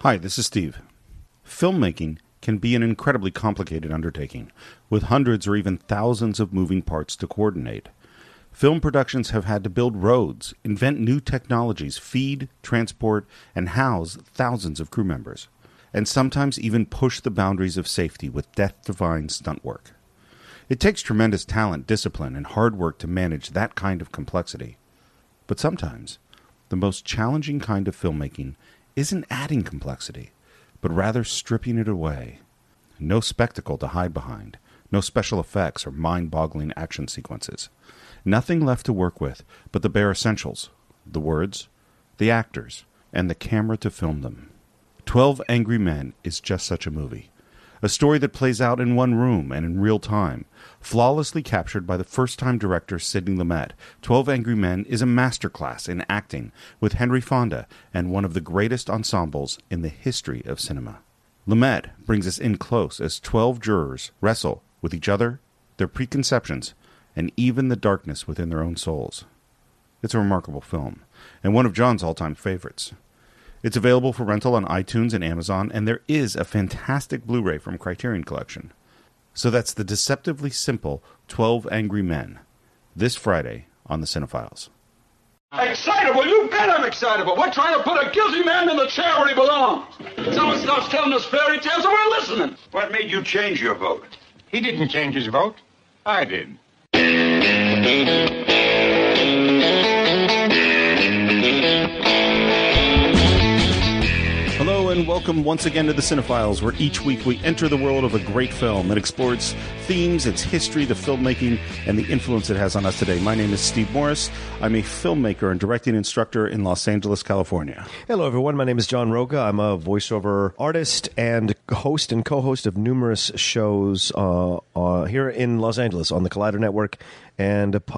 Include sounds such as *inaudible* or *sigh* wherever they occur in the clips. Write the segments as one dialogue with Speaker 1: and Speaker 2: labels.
Speaker 1: Hi, this is Steve. Filmmaking can be an incredibly complicated undertaking, with hundreds or even thousands of moving parts to coordinate. Film productions have had to build roads, invent new technologies, feed, transport, and house thousands of crew members, and sometimes even push the boundaries of safety with death defying stunt work. It takes tremendous talent, discipline, and hard work to manage that kind of complexity. But sometimes, the most challenging kind of filmmaking isn't adding complexity, but rather stripping it away. No spectacle to hide behind, no special effects or mind boggling action sequences. Nothing left to work with but the bare essentials the words, the actors, and the camera to film them. Twelve Angry Men is just such a movie. A story that plays out in one room and in real time, flawlessly captured by the first time director Sidney Lumet. Twelve Angry Men is a masterclass in acting with Henry Fonda and one of the greatest ensembles in the history of cinema. Lumet brings us in close as 12 jurors wrestle with each other, their preconceptions, and even the darkness within their own souls. It's a remarkable film, and one of John's all time favorites. It's available for rental on iTunes and Amazon, and there is a fantastic Blu ray from Criterion Collection. So that's the deceptively simple 12 Angry Men, this Friday on The Cinephiles.
Speaker 2: Excitable? You bet I'm excitable. We're trying to put a guilty man in the chair where he belongs. Someone starts telling us fairy tales and we're listening.
Speaker 3: What made you change your vote?
Speaker 4: He didn't change his vote. I did.
Speaker 1: Hello and welcome once again to the Cinephiles, where each week we enter the world of a great film that explores themes, its history, the filmmaking, and the influence it has on us today. My name is Steve Morris. I'm a filmmaker and directing instructor in Los Angeles, California.
Speaker 5: Hello, everyone. My name is John Roca. I'm a voiceover artist and host and co-host of numerous shows uh, uh, here in Los Angeles on the Collider Network, and uh, p-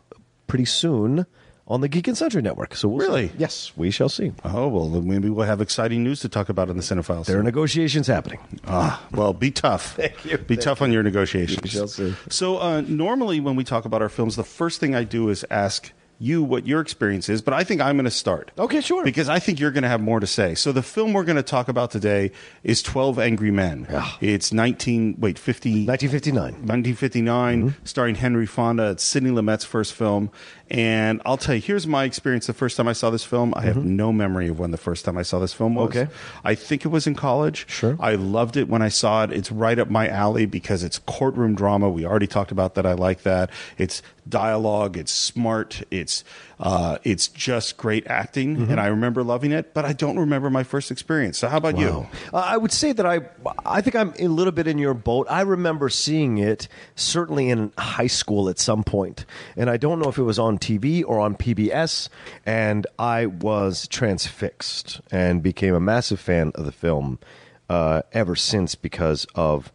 Speaker 5: pretty soon on the Geek and Sundry Network. So we'll
Speaker 1: Really?
Speaker 5: see. yes, we shall see.
Speaker 1: Oh well, then maybe we'll have exciting news to talk about in the Cinephiles.
Speaker 5: There are negotiations happening.
Speaker 1: Ah, well, be
Speaker 5: *laughs*
Speaker 1: tough. Thank you. Be tough on your negotiations.
Speaker 5: We shall see.
Speaker 1: So, uh, normally when we talk about our films, the first thing I do is ask you what your experience is, but I think I'm going to start.
Speaker 5: Okay, sure.
Speaker 1: Because I think you're going to have more to say. So, the film we're going to talk about today is 12 Angry Men. It's 19, wait, 50.
Speaker 5: 1959.
Speaker 1: 1959,
Speaker 5: Mm-hmm.
Speaker 1: starring Henry Fonda. It's Sidney Lumet's first film. And I'll tell you, here's my experience the first time I saw this film. I have no memory of when the first time I saw this film was.
Speaker 5: Mm-hmm. Okay.
Speaker 1: I think it was in college.
Speaker 5: Sure.
Speaker 1: I loved it when I saw it. It's right up my alley because it's courtroom drama. We already talked about that. I like that. It's dialogue. It's smart. It's uh, it's just great acting,
Speaker 5: Mm-hmm.
Speaker 1: and I remember loving it. But I don't remember my first experience. So how about you?
Speaker 5: Uh, I would say that I, I think I'm a little bit in your boat. I remember seeing it certainly in high school at some point, and I don't know if it was on TV or on PBS. And I was transfixed and became a massive fan of the film uh, ever since because of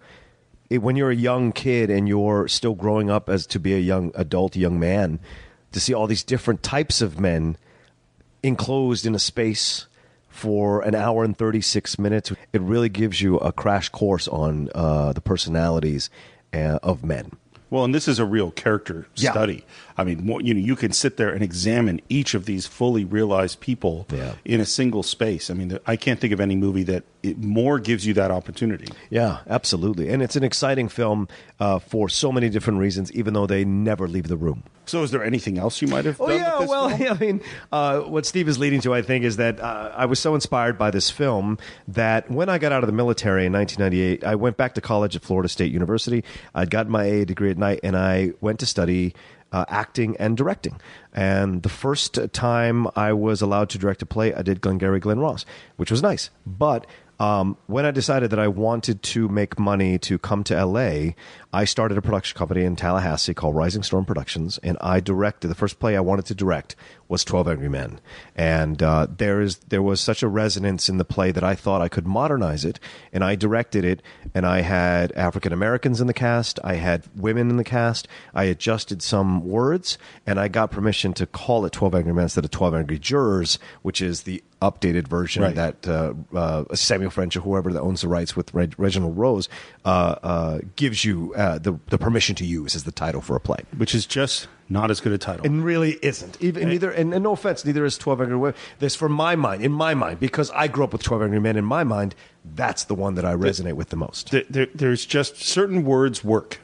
Speaker 5: it, when you're a young kid and you're still growing up as to be a young adult, young man, to see all these different types of men enclosed in a space for an hour and 36 minutes. It really gives you a crash course on uh, the personalities uh, of men.
Speaker 1: Well, and this is a real character
Speaker 5: Yeah.
Speaker 1: study. I mean, more, you know, you can sit there and examine each of these fully realized people
Speaker 5: Yeah.
Speaker 1: in a single space. I mean, there- I can't think of any movie that it more gives you that opportunity.
Speaker 5: Yeah, absolutely. And it's an exciting film uh, for so many different reasons, even though they never leave the room.
Speaker 1: So, is there anything else you might have?
Speaker 5: Oh
Speaker 1: done
Speaker 5: yeah,
Speaker 1: with this
Speaker 5: well, *laughs*
Speaker 1: film?
Speaker 5: I mean, uh, what Steve is leading to, I think, is that uh, I was so inspired by this film that when I got out of the military in 1998, I went back to college at Florida State University. I'd gotten my AA degree at night, and I went to study. Uh, acting and directing, and the first time I was allowed to direct a play, I did Glengarry Glen Ross, which was nice. But um, when I decided that I wanted to make money to come to LA, I started a production company in Tallahassee called Rising Storm Productions, and I directed the first play I wanted to direct was Twelve Angry Men, and uh, there is there was such a resonance in the play that I thought I could modernize it, and I directed it, and I had African Americans in the cast, I had women in the cast, I adjusted some words, and I got permission to call it Twelve Angry Men instead of Twelve Angry Jurors, which is the updated version
Speaker 1: Right.
Speaker 5: that uh, uh, Samuel French or whoever that owns the rights with Reg- Reginald Rose uh, uh, gives you uh, the the permission to use as the title for a play.
Speaker 1: which is just not as good a title.
Speaker 5: And really isn't. Even neither, and, and no offense, neither is Twelve Angry Women. This, for my mind, in my mind, because I grew up with Twelve Angry Men. In my mind, that's the one that I resonate with the most.
Speaker 1: Th there, there's just certain words work.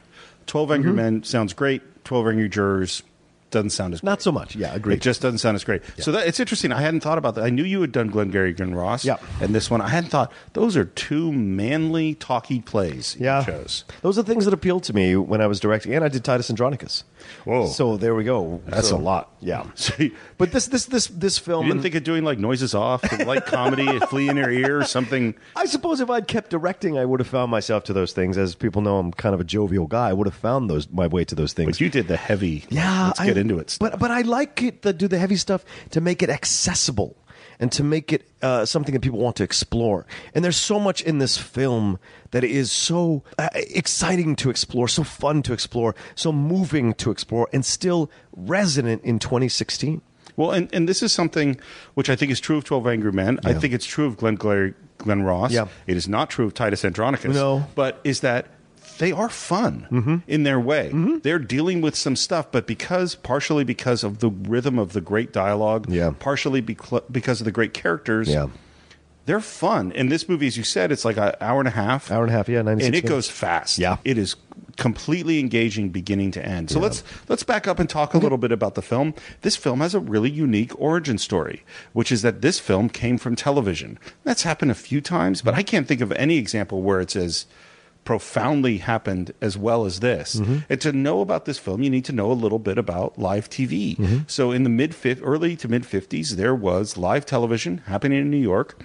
Speaker 1: Twelve
Speaker 5: Mm-hmm.
Speaker 1: Angry Men sounds great. Twelve Angry Jurors doesn't sound as
Speaker 5: Not
Speaker 1: great.
Speaker 5: so much. Yeah, agreed.
Speaker 1: It just doesn't sound as great. So that, it's interesting. I hadn't thought about that. I knew you had done Glengarry Glen Ross.
Speaker 5: Yeah.
Speaker 1: And this one, I hadn't thought. Those are two manly talky plays. you chose.
Speaker 5: Those are things that appealed to me when I was directing, and I did Titus Andronicus.
Speaker 1: Whoa.
Speaker 5: So there we go.
Speaker 1: That's
Speaker 5: So-
Speaker 1: a lot.
Speaker 5: *laughs* Yeah.
Speaker 1: So you,
Speaker 5: But this this this this film.
Speaker 1: you didn't think of doing like noises off, like comedy, *laughs* a flea in your ear, or something.
Speaker 5: I suppose if I'd kept directing, I would have found myself to those things. As people know, I'm kind of a jovial guy. I would have found those my way to those things.
Speaker 1: But you did the heavy. like,
Speaker 5: Yeah,
Speaker 1: Let's
Speaker 5: I-
Speaker 1: get into it.
Speaker 5: But but I like it to do the heavy stuff to make it accessible and to make it uh, something that people want to explore. And there's so much in this film that is so uh, exciting to explore, so fun to explore, so moving to explore, and still resonant in 2016.
Speaker 1: Well, and, and this is something which I think is true of Twelve Angry Men. I think it's true of Glenn Glary, Glenn Ross.
Speaker 5: Yeah.
Speaker 1: It is not true of Titus Andronicus.
Speaker 5: No. Mm-hmm.
Speaker 1: but is that they are fun in their way. They're dealing with some stuff, but because partially because of the rhythm of the great dialogue,
Speaker 5: Yeah.
Speaker 1: partially becl- because of the great characters,
Speaker 5: Yeah.
Speaker 1: they're fun. And this movie, as you said, it's like an hour and a half.
Speaker 5: Hour and a half, yeah, 96
Speaker 1: And it
Speaker 5: minutes.
Speaker 1: goes fast.
Speaker 5: Yeah.
Speaker 1: It is completely engaging beginning to end. So let's let's back up and talk a little bit about the film. This film has a really unique origin story, which is that this film came from television. That's happened a few times, but I can't think of any example where it's as profoundly happened as well as this.
Speaker 5: Mm-hmm.
Speaker 1: And to know about this film, you need to know a little bit about live TV.
Speaker 5: Mm-hmm.
Speaker 1: So in the mid fif- early to mid 50s, there was live television happening in New York.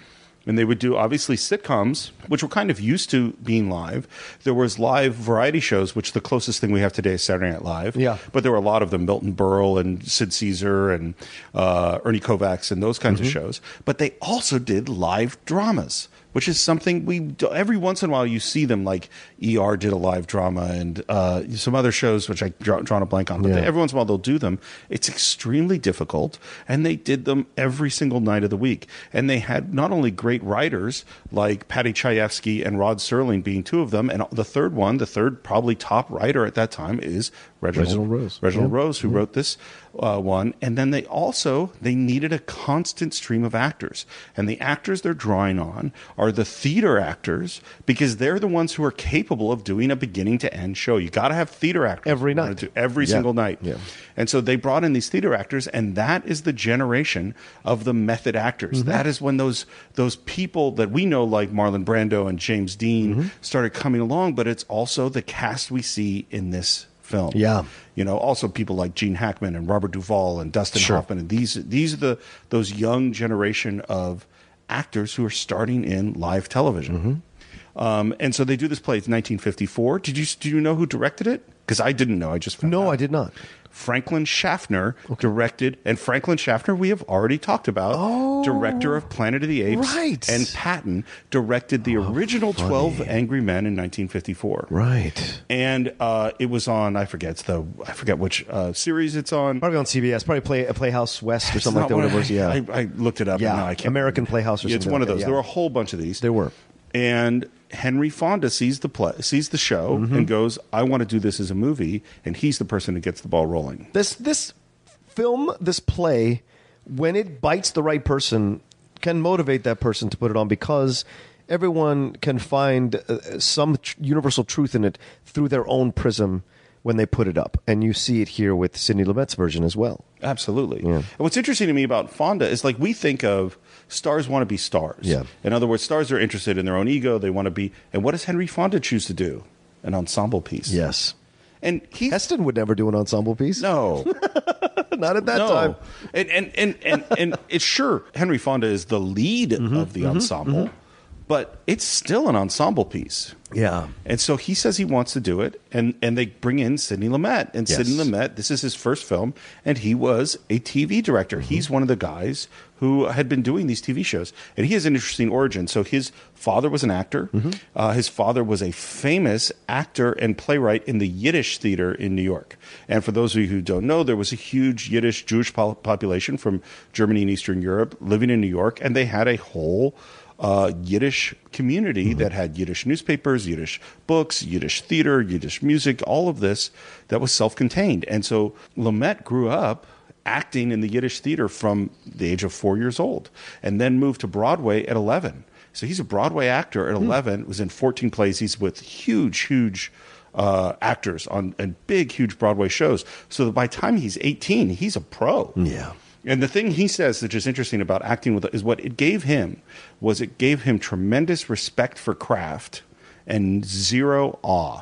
Speaker 1: And they would do obviously sitcoms, which were kind of used to being live. There was live variety shows, which the closest thing we have today is Saturday Night Live.
Speaker 5: Yeah.
Speaker 1: But there were a lot of them Milton Berle and Sid Caesar and uh, Ernie Kovacs and those kinds of shows. But they also did live dramas, which is something we do, every once in a while you see them like ER did a live drama and uh, some other shows, which I draw, drawn a blank on. But
Speaker 5: Yeah.
Speaker 1: they- every once in a while they'll do them. It's extremely difficult, and they did them every single night of the week. And they had not only great writers like Patty Chayefsky and Rod Serling being two of them, and the third one, the third probably top writer at that time is Reginald,
Speaker 5: Reginald Rose.
Speaker 1: Reginald Rose, who wrote this uh, one. And then they also they needed a constant stream of actors, and the actors they're drawing on are the theater actors because they're the ones who are capable of doing a beginning to end show. You got to have theater actors
Speaker 5: Every
Speaker 1: in order
Speaker 5: night.
Speaker 1: to- every
Speaker 5: Yeah.
Speaker 1: single night.
Speaker 5: Yeah.
Speaker 1: And so they brought in these theater actors, and that is the generation of the method actors.
Speaker 5: Mm-hmm.
Speaker 1: That is when those those people that we know, like Marlon Brando and James Dean,
Speaker 5: Mm-hmm.
Speaker 1: started coming along. But it's also the cast we see in this film.
Speaker 5: Yeah.
Speaker 1: you know, also people like Gene Hackman and Robert Duvall and Dustin
Speaker 5: Sure.
Speaker 1: Hoffman, and these these are the those young generation of actors who are starting in live television.
Speaker 5: Mm-hmm.
Speaker 1: Um, and so they do this play. It's 1954. Did you do you know who directed it? Because I didn't know. I just found
Speaker 5: No,
Speaker 1: out.
Speaker 5: I did not.
Speaker 1: Franklin Schaffner directed, and Franklin Schaffner we have already talked about, director of Planet of the Apes,
Speaker 5: Oh. right. Oh,
Speaker 1: and Patton directed the original Twelve Angry Men in 1954.
Speaker 5: Right.
Speaker 1: And uh, it was on I forget it's the I forget which uh, series it's on.
Speaker 5: Probably on CBS. Probably play Playhouse West or
Speaker 1: It's
Speaker 5: something
Speaker 1: not
Speaker 5: like that.
Speaker 1: one
Speaker 5: Whatever. it
Speaker 1: of-
Speaker 5: was. Yeah.
Speaker 1: I, I looked it up.
Speaker 5: Yeah.
Speaker 1: and now I can't
Speaker 5: American
Speaker 1: remember.
Speaker 5: Playhouse or
Speaker 1: Yeah, It's
Speaker 5: something
Speaker 1: one of
Speaker 5: like that,
Speaker 1: those.
Speaker 5: yeah.
Speaker 1: There were a whole bunch of these.
Speaker 5: There were.
Speaker 1: And Henry Fonda sees the play, sees the show,
Speaker 5: Mm-hmm.
Speaker 1: and goes, "I want to do this as a movie." And he's the person who gets the ball rolling.
Speaker 5: this this film this play when it bites the right person can motivate that person to put it on because everyone can find uh, some tr- universal truth in it through their own prism when they put it up and you see it here with Sidney Lumet's version as well
Speaker 1: Absolutely. And what's interesting to me about Fonda is like we think of stars want to be stars.
Speaker 5: Yeah.
Speaker 1: In other words, stars are interested in their own ego. They want to be. And what does Henry Fonda choose to do? An ensemble piece.
Speaker 5: yes
Speaker 1: And he.
Speaker 5: Heston would never do an ensemble
Speaker 1: *laughs*
Speaker 5: piece
Speaker 1: no.
Speaker 5: *laughs* not at that
Speaker 1: no.
Speaker 5: time *laughs*
Speaker 1: And
Speaker 5: Mm-hmm.
Speaker 1: and and and, and it's sure Henry Fonda is the lead of the ensemble, But it's still an ensemble piece.
Speaker 5: Yeah.
Speaker 1: And so he says he wants to do it, and, and they bring in Sidney Lumet. And
Speaker 5: Yes.
Speaker 1: Sidney Lumet, this is his first film, and he was a TV director. He's one of the guys who had been doing these TV shows, and he has an interesting origin. So his father was an actor. Uh, his father was a famous actor and playwright in the Yiddish theater in New York. And for those of you who don't know, there was a huge Yiddish Jewish pol- population from Germany and Eastern Europe living in New York, and they had a whole uh, Yiddish community that had Yiddish newspapers, Yiddish books, Yiddish theater, Yiddish music, all of this that was self contained. And so Lamette grew up acting in the Yiddish theater from the age of four years old and then moved to Broadway at 11. So he's a Broadway actor at 11, was in 14 plays. He's with huge, huge uh, actors on and big, huge Broadway shows. So that by the time he's 18, he's a pro.
Speaker 5: Yeah.
Speaker 1: And the thing he says that's just interesting about acting with is what it gave him was it gave him tremendous respect for craft and zero awe.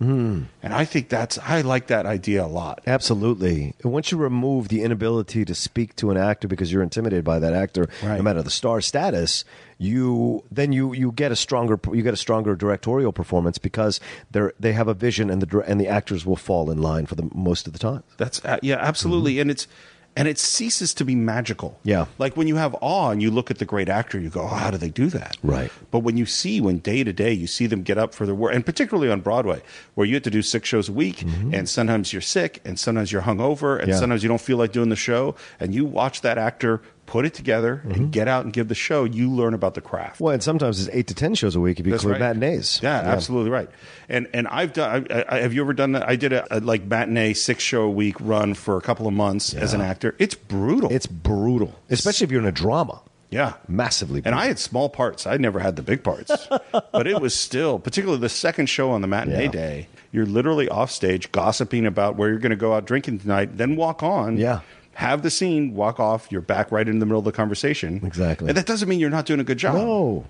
Speaker 1: And I think that's I like that idea a lot.
Speaker 5: Absolutely. And Once you remove the inability to speak to an actor because you're intimidated by that actor,
Speaker 1: Right.
Speaker 5: no matter the star status, you then you you get a stronger you get a stronger directorial performance because they they have a vision and the dir- and the actors will fall in line for the most of the time.
Speaker 1: That's uh, yeah, absolutely. And it's and it ceases to be magical.
Speaker 5: Mm-hmm. Yeah.
Speaker 1: Like when you have awe and you look at the great actor, you go, oh, how do they do that?
Speaker 5: Right.
Speaker 1: But when you see, when day to day, you see them get up for their work, and particularly on Broadway, where you have to do six shows a week, and sometimes you're sick, and sometimes you're hungover, and
Speaker 5: Mm-hmm. Yeah.
Speaker 1: sometimes you don't feel like doing the show, and you watch that actor put it together
Speaker 5: Mm-hmm.
Speaker 1: and get out and give the show, you learn about the craft.
Speaker 5: Well, and sometimes it's eight to ten shows a week if you
Speaker 1: That's
Speaker 5: include
Speaker 1: right.
Speaker 5: matinees.
Speaker 1: Yeah, absolutely right. And and I've done. I, I, have you ever done that? I did a, a like matinee six show a week run for a couple of months as an actor. It's brutal.
Speaker 5: It's brutal, especially if you're in a drama.
Speaker 1: yeah,
Speaker 5: Massively.
Speaker 1: And
Speaker 5: brutal.
Speaker 1: I had small parts. I never had the big
Speaker 5: *laughs*
Speaker 1: parts, but it was still, particularly the second show on the matinee
Speaker 5: Yeah.
Speaker 1: day. You're literally off stage gossiping about where you're going to go out drinking tonight, then walk on.
Speaker 5: Yeah.
Speaker 1: Have the scene, walk off. You're back right in the middle of the conversation.
Speaker 5: Exactly.
Speaker 1: And that doesn't mean you're not doing a good job.
Speaker 5: No.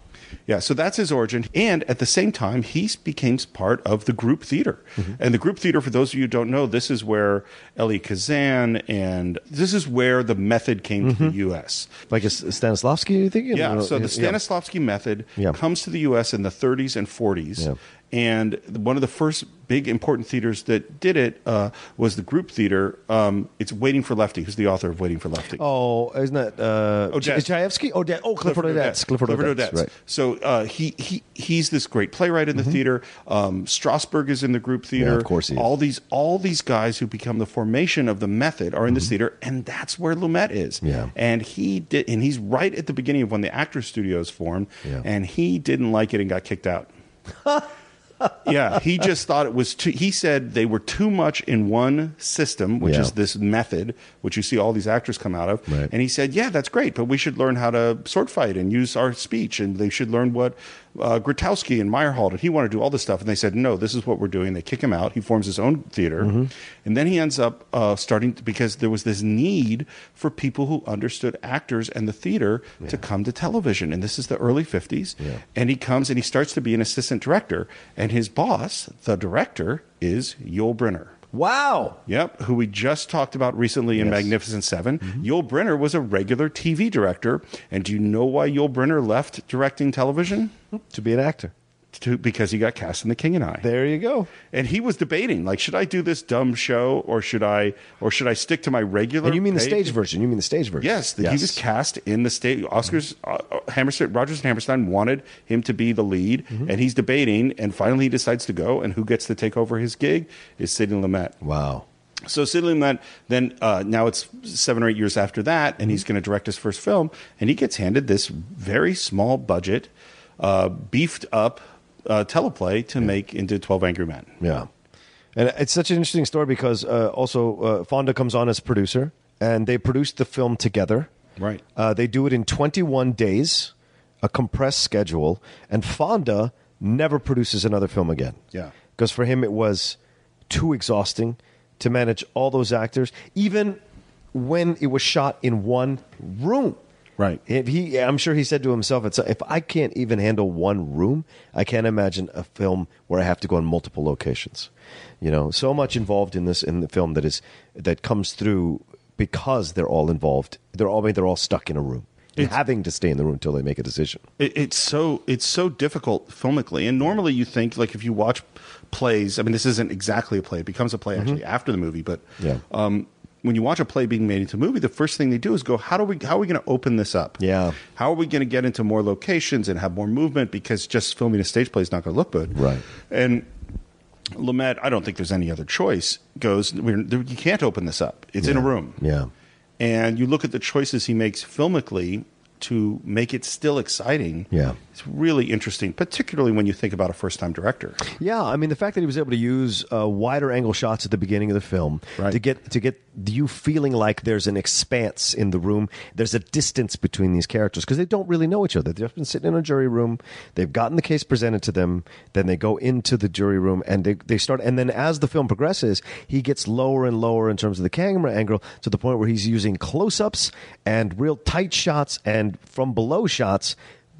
Speaker 1: Yeah, so that's his origin. And at the same time, he became part of the group theater.
Speaker 5: Mm-hmm.
Speaker 1: And the group theater, for those of you who don't know, this is where Elie Kazan and this is where the method came to the U.S.
Speaker 5: like is Stanislavski, you think?
Speaker 1: Yeah, so the
Speaker 5: Mm-hmm. Yeah.
Speaker 1: Stanislavski method
Speaker 5: Yeah.
Speaker 1: comes to the U.S. in the 30s and 40s.
Speaker 5: Yeah.
Speaker 1: And one of the first big important theaters that did it uh, was the group theater. Um, it's Waiting for Lefty, who's the author of Waiting for Lefty.
Speaker 5: Oh, isn't that uh,
Speaker 1: Odets.
Speaker 5: Chayefsky? Odette. Oh, Clifford, Odets. Clifford, Odets. Right. Mm-hmm.
Speaker 1: So uh, he he he's this great playwright in the theater. Um, Strasberg is in the group theater.
Speaker 5: Yeah, of course he is.
Speaker 1: All these all these guys who become the formation of the method are in this theater, and that's where Lumet is.
Speaker 5: Mm-hmm. Yeah.
Speaker 1: And he did, and he's right at the beginning of when the actor studios formed,
Speaker 5: Yeah.
Speaker 1: and he didn't like it and got kicked
Speaker 5: *laughs*
Speaker 1: out. yeah, he just thought it was too. He said they were too much in one system, which
Speaker 5: Yeah.
Speaker 1: is this method, which you see all these actors come out of.
Speaker 5: Right.
Speaker 1: And he said, "Yeah, that's great, but we should learn how to sword fight and use our speech, and they should learn what uh, Grotowski and Meyerhold and he wanted to do all this stuff." And they said, "No, this is what we're doing." They kick him out. He forms his own theater, and then he ends up uh, starting to, because there was this need for people who understood actors and the theater to come to television, and this is the early fifties.
Speaker 5: Yeah.
Speaker 1: And he comes and he starts to be an assistant director, and his boss, the director, is Yul Brynner.
Speaker 5: Wow.
Speaker 1: Yep, who we just talked about recently in
Speaker 5: Yes. Mm-hmm.
Speaker 1: Magnificent 7 Yul Brynner was a regular TV director, and do you know why Yul Brynner left directing television?
Speaker 5: To be an actor.
Speaker 1: To, because he got cast in The King and I,
Speaker 5: There you go.
Speaker 1: and he was debating like, should I do this dumb show or should I or should I stick to my regular?
Speaker 5: And you mean the
Speaker 1: paid-
Speaker 5: stage version? You mean the stage version?
Speaker 1: Yes, that he was cast in the state. Oscars, uh,
Speaker 5: Mm-hmm.
Speaker 1: uh, Hammerstein, Rogers and Hammerstein wanted him to be the lead,
Speaker 5: Mm-hmm.
Speaker 1: and he's debating, and finally he decides to go. And who gets to take over his gig is Sidney Lumet.
Speaker 5: Wow.
Speaker 1: So Sidney Lumet, then uh, now it's seven or eight years after that, and he's going to direct his first film, and he gets handed this very small budget, uh, beefed up uh, teleplay to make into Twelve Angry Men.
Speaker 5: Yeah. And it's such an interesting story because uh, also uh, Fonda comes on as producer, and they produced the film together.
Speaker 1: Right.
Speaker 5: Uh, they do it in 21 days, a compressed schedule, and Fonda never produces another film again.
Speaker 1: Yeah.
Speaker 5: Because for him, it was too exhausting to manage all those actors, even when it was shot in one room.
Speaker 1: Right.
Speaker 5: If he, I'm sure he said to himself, it's, if I can't even handle one room, I can't imagine a film where I have to go in multiple locations. You know, so much involved in this in the film that is that comes through because they're all involved. They're all they're all stuck in a room. and having to stay in the room until they make a decision.
Speaker 1: It, it's so it's so difficult filmically, and normally you think like if you watch plays. I mean, this isn't exactly a play; it becomes a play actually after the movie. But
Speaker 5: Yeah.
Speaker 1: um, when you watch a play being made into a movie, the first thing they do is go, "How do we how are we going to open this up?
Speaker 5: Yeah.
Speaker 1: how are we going to get into more locations and have more movement? Because just filming a stage play is not going to look good,
Speaker 5: Right.
Speaker 1: And Lumet, I don't think there's any other choice. Goes, We're, you can't open this up. It's in a room
Speaker 5: Yeah.
Speaker 1: and you look at the choices he makes filmically to make it still exciting.
Speaker 5: Yeah.
Speaker 1: It's really interesting, particularly when you think about a first time director.
Speaker 5: Yeah, I mean the fact that he was able to use uh, wider angle shots at the beginning of the film
Speaker 1: Right.
Speaker 5: to get to get you feeling like there's an expanse in the room. There's a distance between these characters because they don't really know each other. They've been sitting in a jury room. They've gotten the case presented to them. Then they go into the jury room and they they start. And then as the film progresses, he gets lower and lower in terms of the camera angle to the point where he's using close ups and real tight shots and from below shots.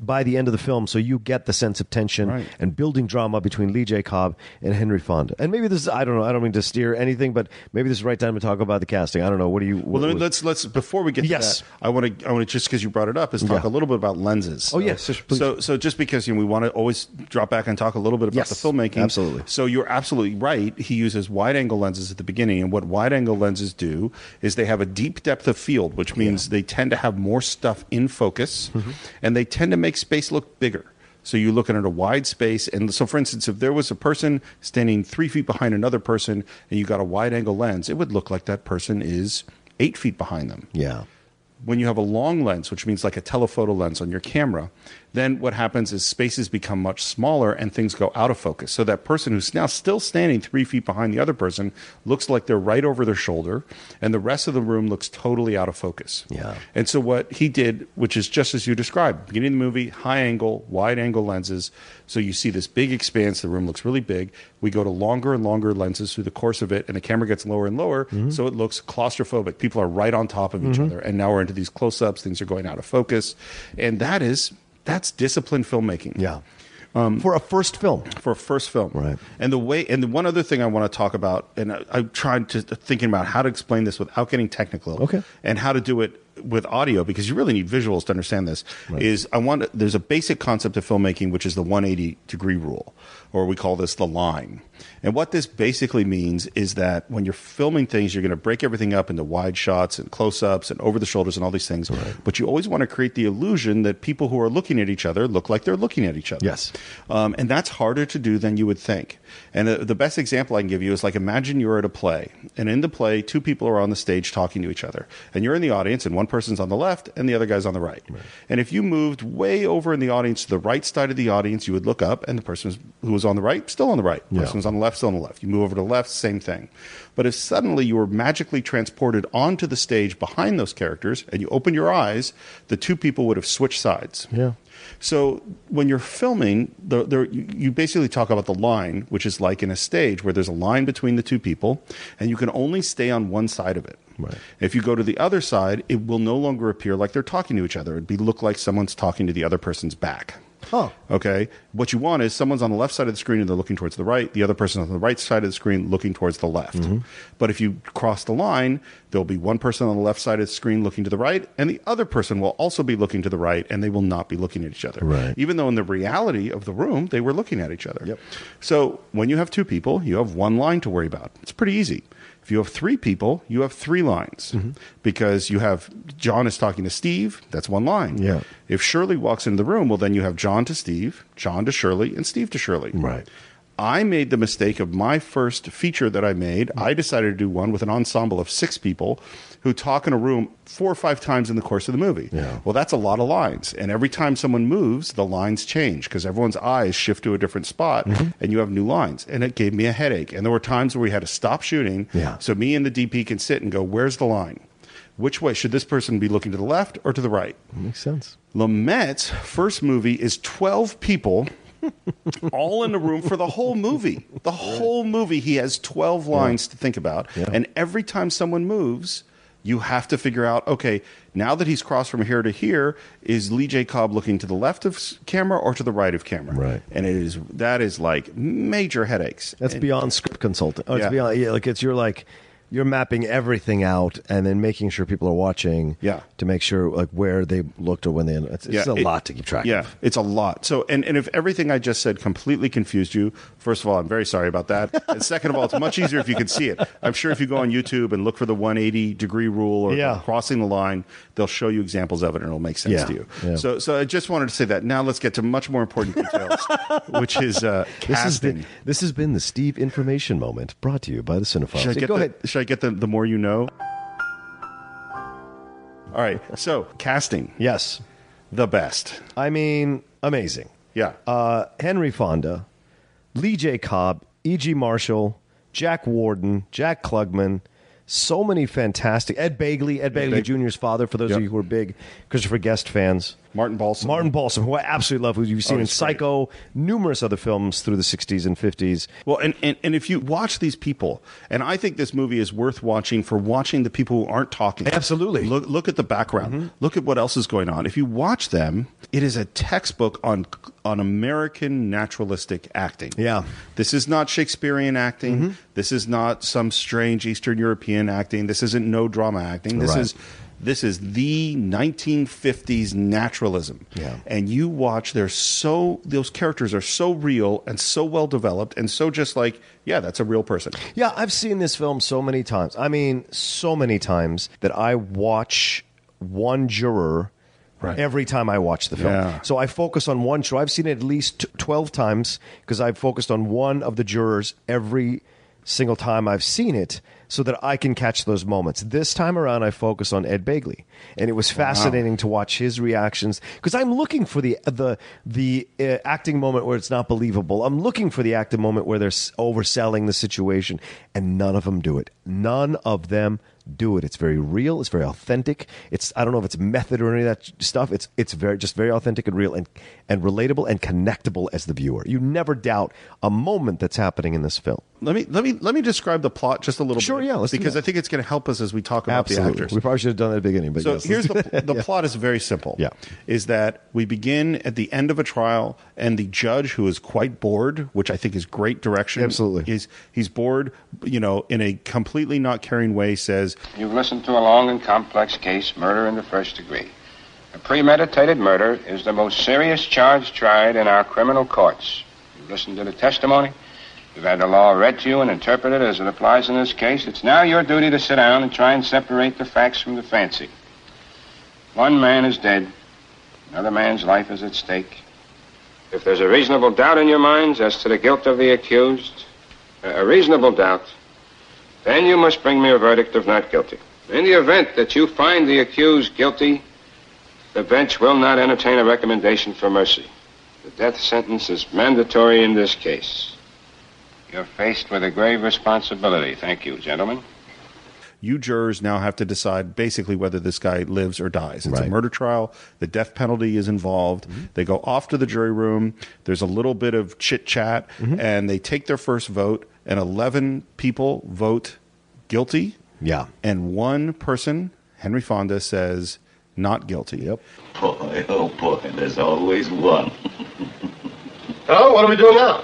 Speaker 5: By the end of the film, so you get the sense of tension
Speaker 1: Right.
Speaker 5: and building drama between Lee J. Cobb and Henry Fonda. And maybe this is, I don't know, I don't mean to steer anything, but maybe this is the right time to talk about the casting. I don't know. What do you.
Speaker 1: Well, let me, let's let's before we get to
Speaker 5: Yes.
Speaker 1: that, I want to I want to just because you brought it up is talk
Speaker 5: Yeah.
Speaker 1: a little bit about lenses. So-
Speaker 5: Oh, yes, yes, please.
Speaker 1: so so just because you know we want to always drop back and talk a little bit about
Speaker 5: Yes,
Speaker 1: the filmmaking.
Speaker 5: absolutely.
Speaker 1: So you're absolutely right. He uses wide angle lenses at the beginning, and what wide angle lenses do is they have a deep depth of field, which means they tend to have more stuff in focus,
Speaker 5: Mm-hmm.
Speaker 1: and they tend to make space look bigger. So you're looking at a wide space, and so for instance, if there was a person standing three feet behind another person, and you got a wide angle lens, it would look like that person is eight feet behind them
Speaker 5: yeah.
Speaker 1: when you have a long lens, which means like a telephoto lens on your camera, then what happens is spaces become much smaller and things go out of focus. So that person who's now still standing three feet behind the other person looks like they're right over their shoulder, and the rest of the room looks totally out of focus.
Speaker 5: Yeah.
Speaker 1: And so what he did, which is just as you described, beginning of the movie, high angle, wide angle lenses. So you see this big expanse, the room looks really big. We go to longer and longer lenses through the course of it, and the camera gets lower and lower, so it looks claustrophobic. People are right on top of each other, and now we're into these close ups, things are going out of focus. And that is that's disciplined filmmaking
Speaker 5: Yeah.
Speaker 1: Um,
Speaker 5: For a first film.
Speaker 1: for a first film.
Speaker 5: Right.
Speaker 1: And the way, and the one other thing I want to talk about, and I, I'm trying to thinking about how to explain this without getting technical.
Speaker 5: Okay.
Speaker 1: And how to do it with audio because you really need visuals to understand this. Is I want there's a basic concept of filmmaking which is the 180 degree rule, or we call this the line. And what this basically means is that when you're filming things, you're going to break everything up into wide shots and close ups and over the shoulders and all these things. But you always want to create the illusion that people who are looking at each other look like they're looking at each other.
Speaker 5: Yes.
Speaker 1: Um, and that's harder to do than you would think. And uh, the, the best example I can give you is like imagine you're at a play, and in the play, two people are on the stage talking to each other, and you're in the audience, and one person's on the left, and the other guy's on the right. And if you moved way over in the audience to the right side of the audience, you would look up, and the person who was on the right still on the right. The
Speaker 5: Yeah.
Speaker 1: person who's on the left still on the left. You move over to the left, same thing. But if suddenly you were magically transported onto the stage behind those characters, and you open your eyes, the two people would have switched sides.
Speaker 5: Yeah.
Speaker 1: So when you're filming, the, the, you you basically talk about the line, which is like in a stage where there's a line between the two people, and you can only stay on one side of it.
Speaker 5: Right.
Speaker 1: If you go to the other side, it will no longer appear like they're talking to each other. It'd be look like someone's talking to the other person's back.
Speaker 5: Huh.
Speaker 1: Okay. What you want is someone's on the left side of the screen and they're looking towards the right. The other person's on the right side of the screen looking towards the left. But if you cross the line, there'll be one person on the left side of the screen looking to the right, and the other person will also be looking to the right, and they will not be looking at each other.
Speaker 5: Right.
Speaker 1: Even though in the reality of the room, they were looking at each other.
Speaker 5: Yep.
Speaker 1: So when you have two people, you have one line to worry about. It's pretty easy. If you have three people, you have three lines
Speaker 5: Mm-hmm.
Speaker 1: because you have John is talking to Steve. That's one line.
Speaker 5: Yeah.
Speaker 1: If Shirley walks into the room, well, then you have John to Steve, John to Shirley, and Steve to Shirley.
Speaker 5: Right.
Speaker 1: I made the mistake of my first feature that I made.
Speaker 5: Mm-hmm.
Speaker 1: I decided to do one with an ensemble of six people who talk in a room four or five times in the course of the movie.
Speaker 5: Yeah.
Speaker 1: Well, that's a lot of lines. And every time someone moves, the lines change because everyone's eyes shift to a different spot
Speaker 5: Mm-hmm.
Speaker 1: and you have new lines. And it gave me a headache. And there were times where we had to stop shooting.
Speaker 5: Yeah.
Speaker 1: So me and the DP can sit and go, where's the line? Which way should this person be looking to the left or to the right?
Speaker 5: Makes sense.
Speaker 1: Lamette's first movie is 12 people all in the room for the whole movie. The whole movie, he has 12 lines to think about. And every time someone moves, you have to figure out okay, now that he's crossed from here to here, is Lee J. Cobb looking to the left of s- camera or to the right of camera?
Speaker 5: Right.
Speaker 1: And it is that is like major headaches.
Speaker 5: That's beyond script consultant. Oh, it's
Speaker 1: Yeah.
Speaker 5: beyond, yeah, like it's, you're like, you're mapping everything out and then making sure people are watching.
Speaker 1: Yeah.
Speaker 5: To make sure like where they looked or when they. It's, it's a
Speaker 1: it-
Speaker 5: lot to keep track.
Speaker 1: Yeah,
Speaker 5: of.
Speaker 1: it's a lot. So, and, and if everything I just said completely confused you, first of all, I'm very sorry about
Speaker 5: *laughs*
Speaker 1: that. And second of all, it's much easier if you can see it. I'm sure if you go on YouTube and look for the 180 degree rule or
Speaker 5: Yeah.
Speaker 1: crossing the line, they'll show you examples of it and it'll make sense
Speaker 5: Yeah,
Speaker 1: to you.
Speaker 5: yeah.
Speaker 1: So, so I just wanted to say that. Now let's get to much more important
Speaker 5: *laughs*
Speaker 1: details, which is uh,
Speaker 5: This is
Speaker 1: casting.
Speaker 5: the, this has been the Steve information moment brought to you by the Cinephiles.
Speaker 1: Should I
Speaker 5: Yeah,
Speaker 1: get
Speaker 5: Go
Speaker 1: the,
Speaker 5: ahead.
Speaker 1: Should I get the, the more you know? All right. So casting,
Speaker 5: Yes.
Speaker 1: the best.
Speaker 5: I mean, amazing.
Speaker 1: Yeah.
Speaker 5: Uh, Henry Fonda, Lee J. Cobb, E.G. Marshall, Jack Warden, Jack Klugman. So many fantastic. Ed Bagley, Ed Bagley
Speaker 1: Bag-
Speaker 5: Jr.'s father, for those
Speaker 1: Yep.
Speaker 5: of you who are big Christopher Guest fans.
Speaker 1: Martin Balsam. Oh,
Speaker 5: Martin Balsam, who I absolutely love, who you've seen in
Speaker 1: he's great.
Speaker 5: Psycho, numerous other films through the 60s and 50s.
Speaker 1: Well, and, and, and if you watch these people, and I think this movie is worth watching for watching the people who aren't talking.
Speaker 5: Absolutely. Mm-hmm.
Speaker 1: Look, look at the background. Look at what else is going on. If you watch them, it is a textbook on on American naturalistic acting.
Speaker 5: Yeah. Mm-hmm.
Speaker 1: This is not Shakespearean acting. This is not some strange Eastern European acting. This isn't no drama acting. This
Speaker 5: Right.
Speaker 1: is this is the 1950s naturalism
Speaker 5: Yeah.
Speaker 1: and you watch they're so those characters are so real and so well developed and so just like yeah that's a real person
Speaker 5: Yeah, I've seen this film so many times. I mean, so many times that I watch one juror
Speaker 1: Right.
Speaker 5: every time I watch the film.
Speaker 1: Yeah.
Speaker 5: So I focus on one juror. I've seen it at least t- 12 times because I've focused on one of the jurors every single time I've seen it so that I can catch those moments. This time around, I focus on Ed Bagley. And it was fascinating to watch his reactions because I'm looking for the, the, the uh, acting moment where it's not believable. I'm looking for the acting moment where they're s- overselling the situation. And none of them do it. None of them do it. It's very real. It's very authentic. It's I don't know if it's method or any of that stuff. It's it's very just very authentic and real and and relatable and connectable as the viewer. You never doubt a moment that's happening in this film.
Speaker 1: let me let me let me describe the plot just a little
Speaker 5: Sure,
Speaker 1: bit
Speaker 5: yeah, let's do
Speaker 1: because
Speaker 5: that.
Speaker 1: i think it's going to help us as we talk about the actors
Speaker 5: We probably should have done that at the beginning. But
Speaker 1: so
Speaker 5: *laughs* yes,
Speaker 1: here's the, the plot is very simple
Speaker 5: Yeah.
Speaker 1: is that we begin at the end of a trial and the judge who is quite bored which i think is great direction
Speaker 5: Absolutely.
Speaker 1: he's he's bored you know in a completely not caring way says
Speaker 4: You've listened to a long and complex case, murder in the first degree. A premeditated murder is the most serious charge tried in our criminal courts. You've listened to the testimony. You've had the law read to you and interpreted as it applies in this case. It's now your duty to sit down and try and separate the facts from the fancy. One man is dead. Another man's life is at stake. If there's a reasonable doubt in your minds as to the guilt of the accused, a a reasonable doubt, then you must bring me a verdict of not guilty. In the event that you find the accused guilty, the bench will not entertain a recommendation for mercy. The death sentence is mandatory in this case. You're faced with a grave responsibility. Thank you, gentlemen.
Speaker 1: you jurors now have to decide basically whether this guy lives or dies. It's a
Speaker 5: Right. Mm-hmm.
Speaker 1: murder trial. The death penalty is involved. They go off to the jury room. There's a little bit of chit chat,
Speaker 5: Mm-hmm.
Speaker 1: and they take their first vote, and 11 people vote guilty.
Speaker 5: Yeah.
Speaker 1: And one person, Henry Fonda, says not guilty. Yep.
Speaker 3: Boy, oh boy, there's always one.
Speaker 2: Oh, what are we doing now?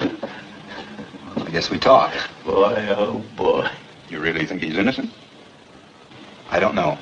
Speaker 3: I guess we talk. Boy, oh boy.
Speaker 4: You really think he's innocent?
Speaker 3: I don't know.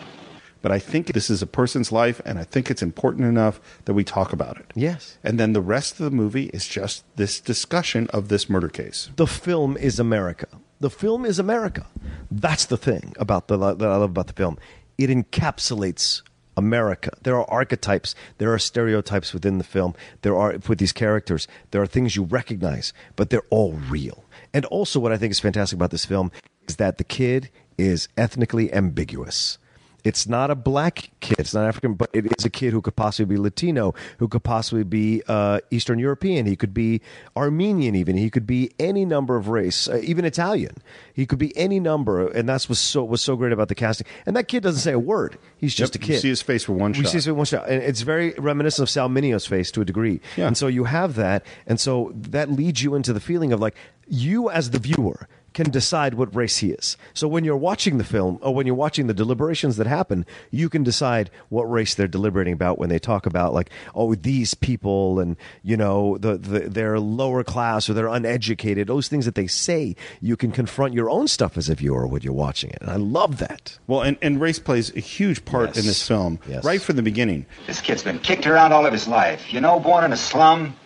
Speaker 1: But I think this is a person's life, and I think it's important enough that we talk about it.
Speaker 5: Yes.
Speaker 1: And then the rest of the movie is just this discussion of this murder case.
Speaker 5: the film is America. The film is America. That's the thing about the that I love about the film. It encapsulates America. There are archetypes. There are stereotypes within the film. There are with these characters. There are things you recognize, but they're all real. And also, what I think is fantastic about this film is that the kid is ethnically ambiguous. It's not a black kid. It's not African, but it is a kid who could possibly be Latino, who could possibly be uh, Eastern European. He could be Armenian, even. He could be any number of race, uh, even Italian. He could be any number, and that's what's so was so great about the casting. And that kid doesn't say a word. He's just
Speaker 1: Yep,
Speaker 5: a
Speaker 1: you
Speaker 5: kid.
Speaker 1: see his face for one
Speaker 5: We
Speaker 1: shot.
Speaker 5: see his face one shot, and it's very reminiscent of Sal Minio's face to a degree.
Speaker 1: Yeah.
Speaker 5: And so you have that, and so that leads you into the feeling of like you as the viewer can decide what race he is. So when you're watching the film or when you're watching the deliberations that happen, you can decide what race they're deliberating about when they talk about like, oh, these people and you know the, the they're lower class or they're uneducated. Those things that they say, you can confront your own stuff as a viewer when you're watching it, and I love that.
Speaker 1: Well, and, and race plays a huge part in
Speaker 5: Yes.
Speaker 1: this film
Speaker 5: Yes.
Speaker 1: right from the beginning.
Speaker 3: This kid's been kicked around all of his life. You know, born in a slum,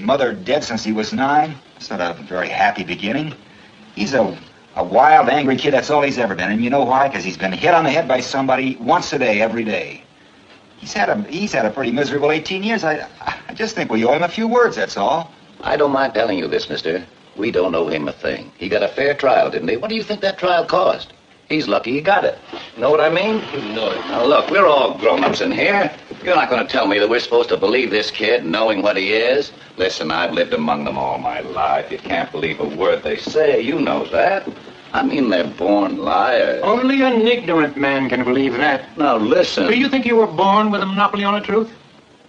Speaker 3: mother dead since he was nine. It's not a very happy beginning. He's a, a wild, angry kid. That's all he's ever been. And you know why? Because he's been hit on the head by somebody once a day, every day. He's had a, he's had a pretty miserable 18 years. I, I just think we owe him a few words, that's all.
Speaker 6: I don't mind telling you this, mister. We don't owe him a thing. He got a fair trial, didn't he? What do you think that trial cost? He's lucky he got it. Know what I
Speaker 7: *laughs*
Speaker 6: mean? No. Now, look, we're all grown-ups in here. You're not going to tell me that we're supposed to believe this kid, knowing what he is. Listen, I've lived among them all my life. You can't believe a word they say. You know that. I mean, they're born liars.
Speaker 7: Only an ignorant man can believe that.
Speaker 6: Now, listen.
Speaker 7: Do you think you were born with a monopoly on the truth?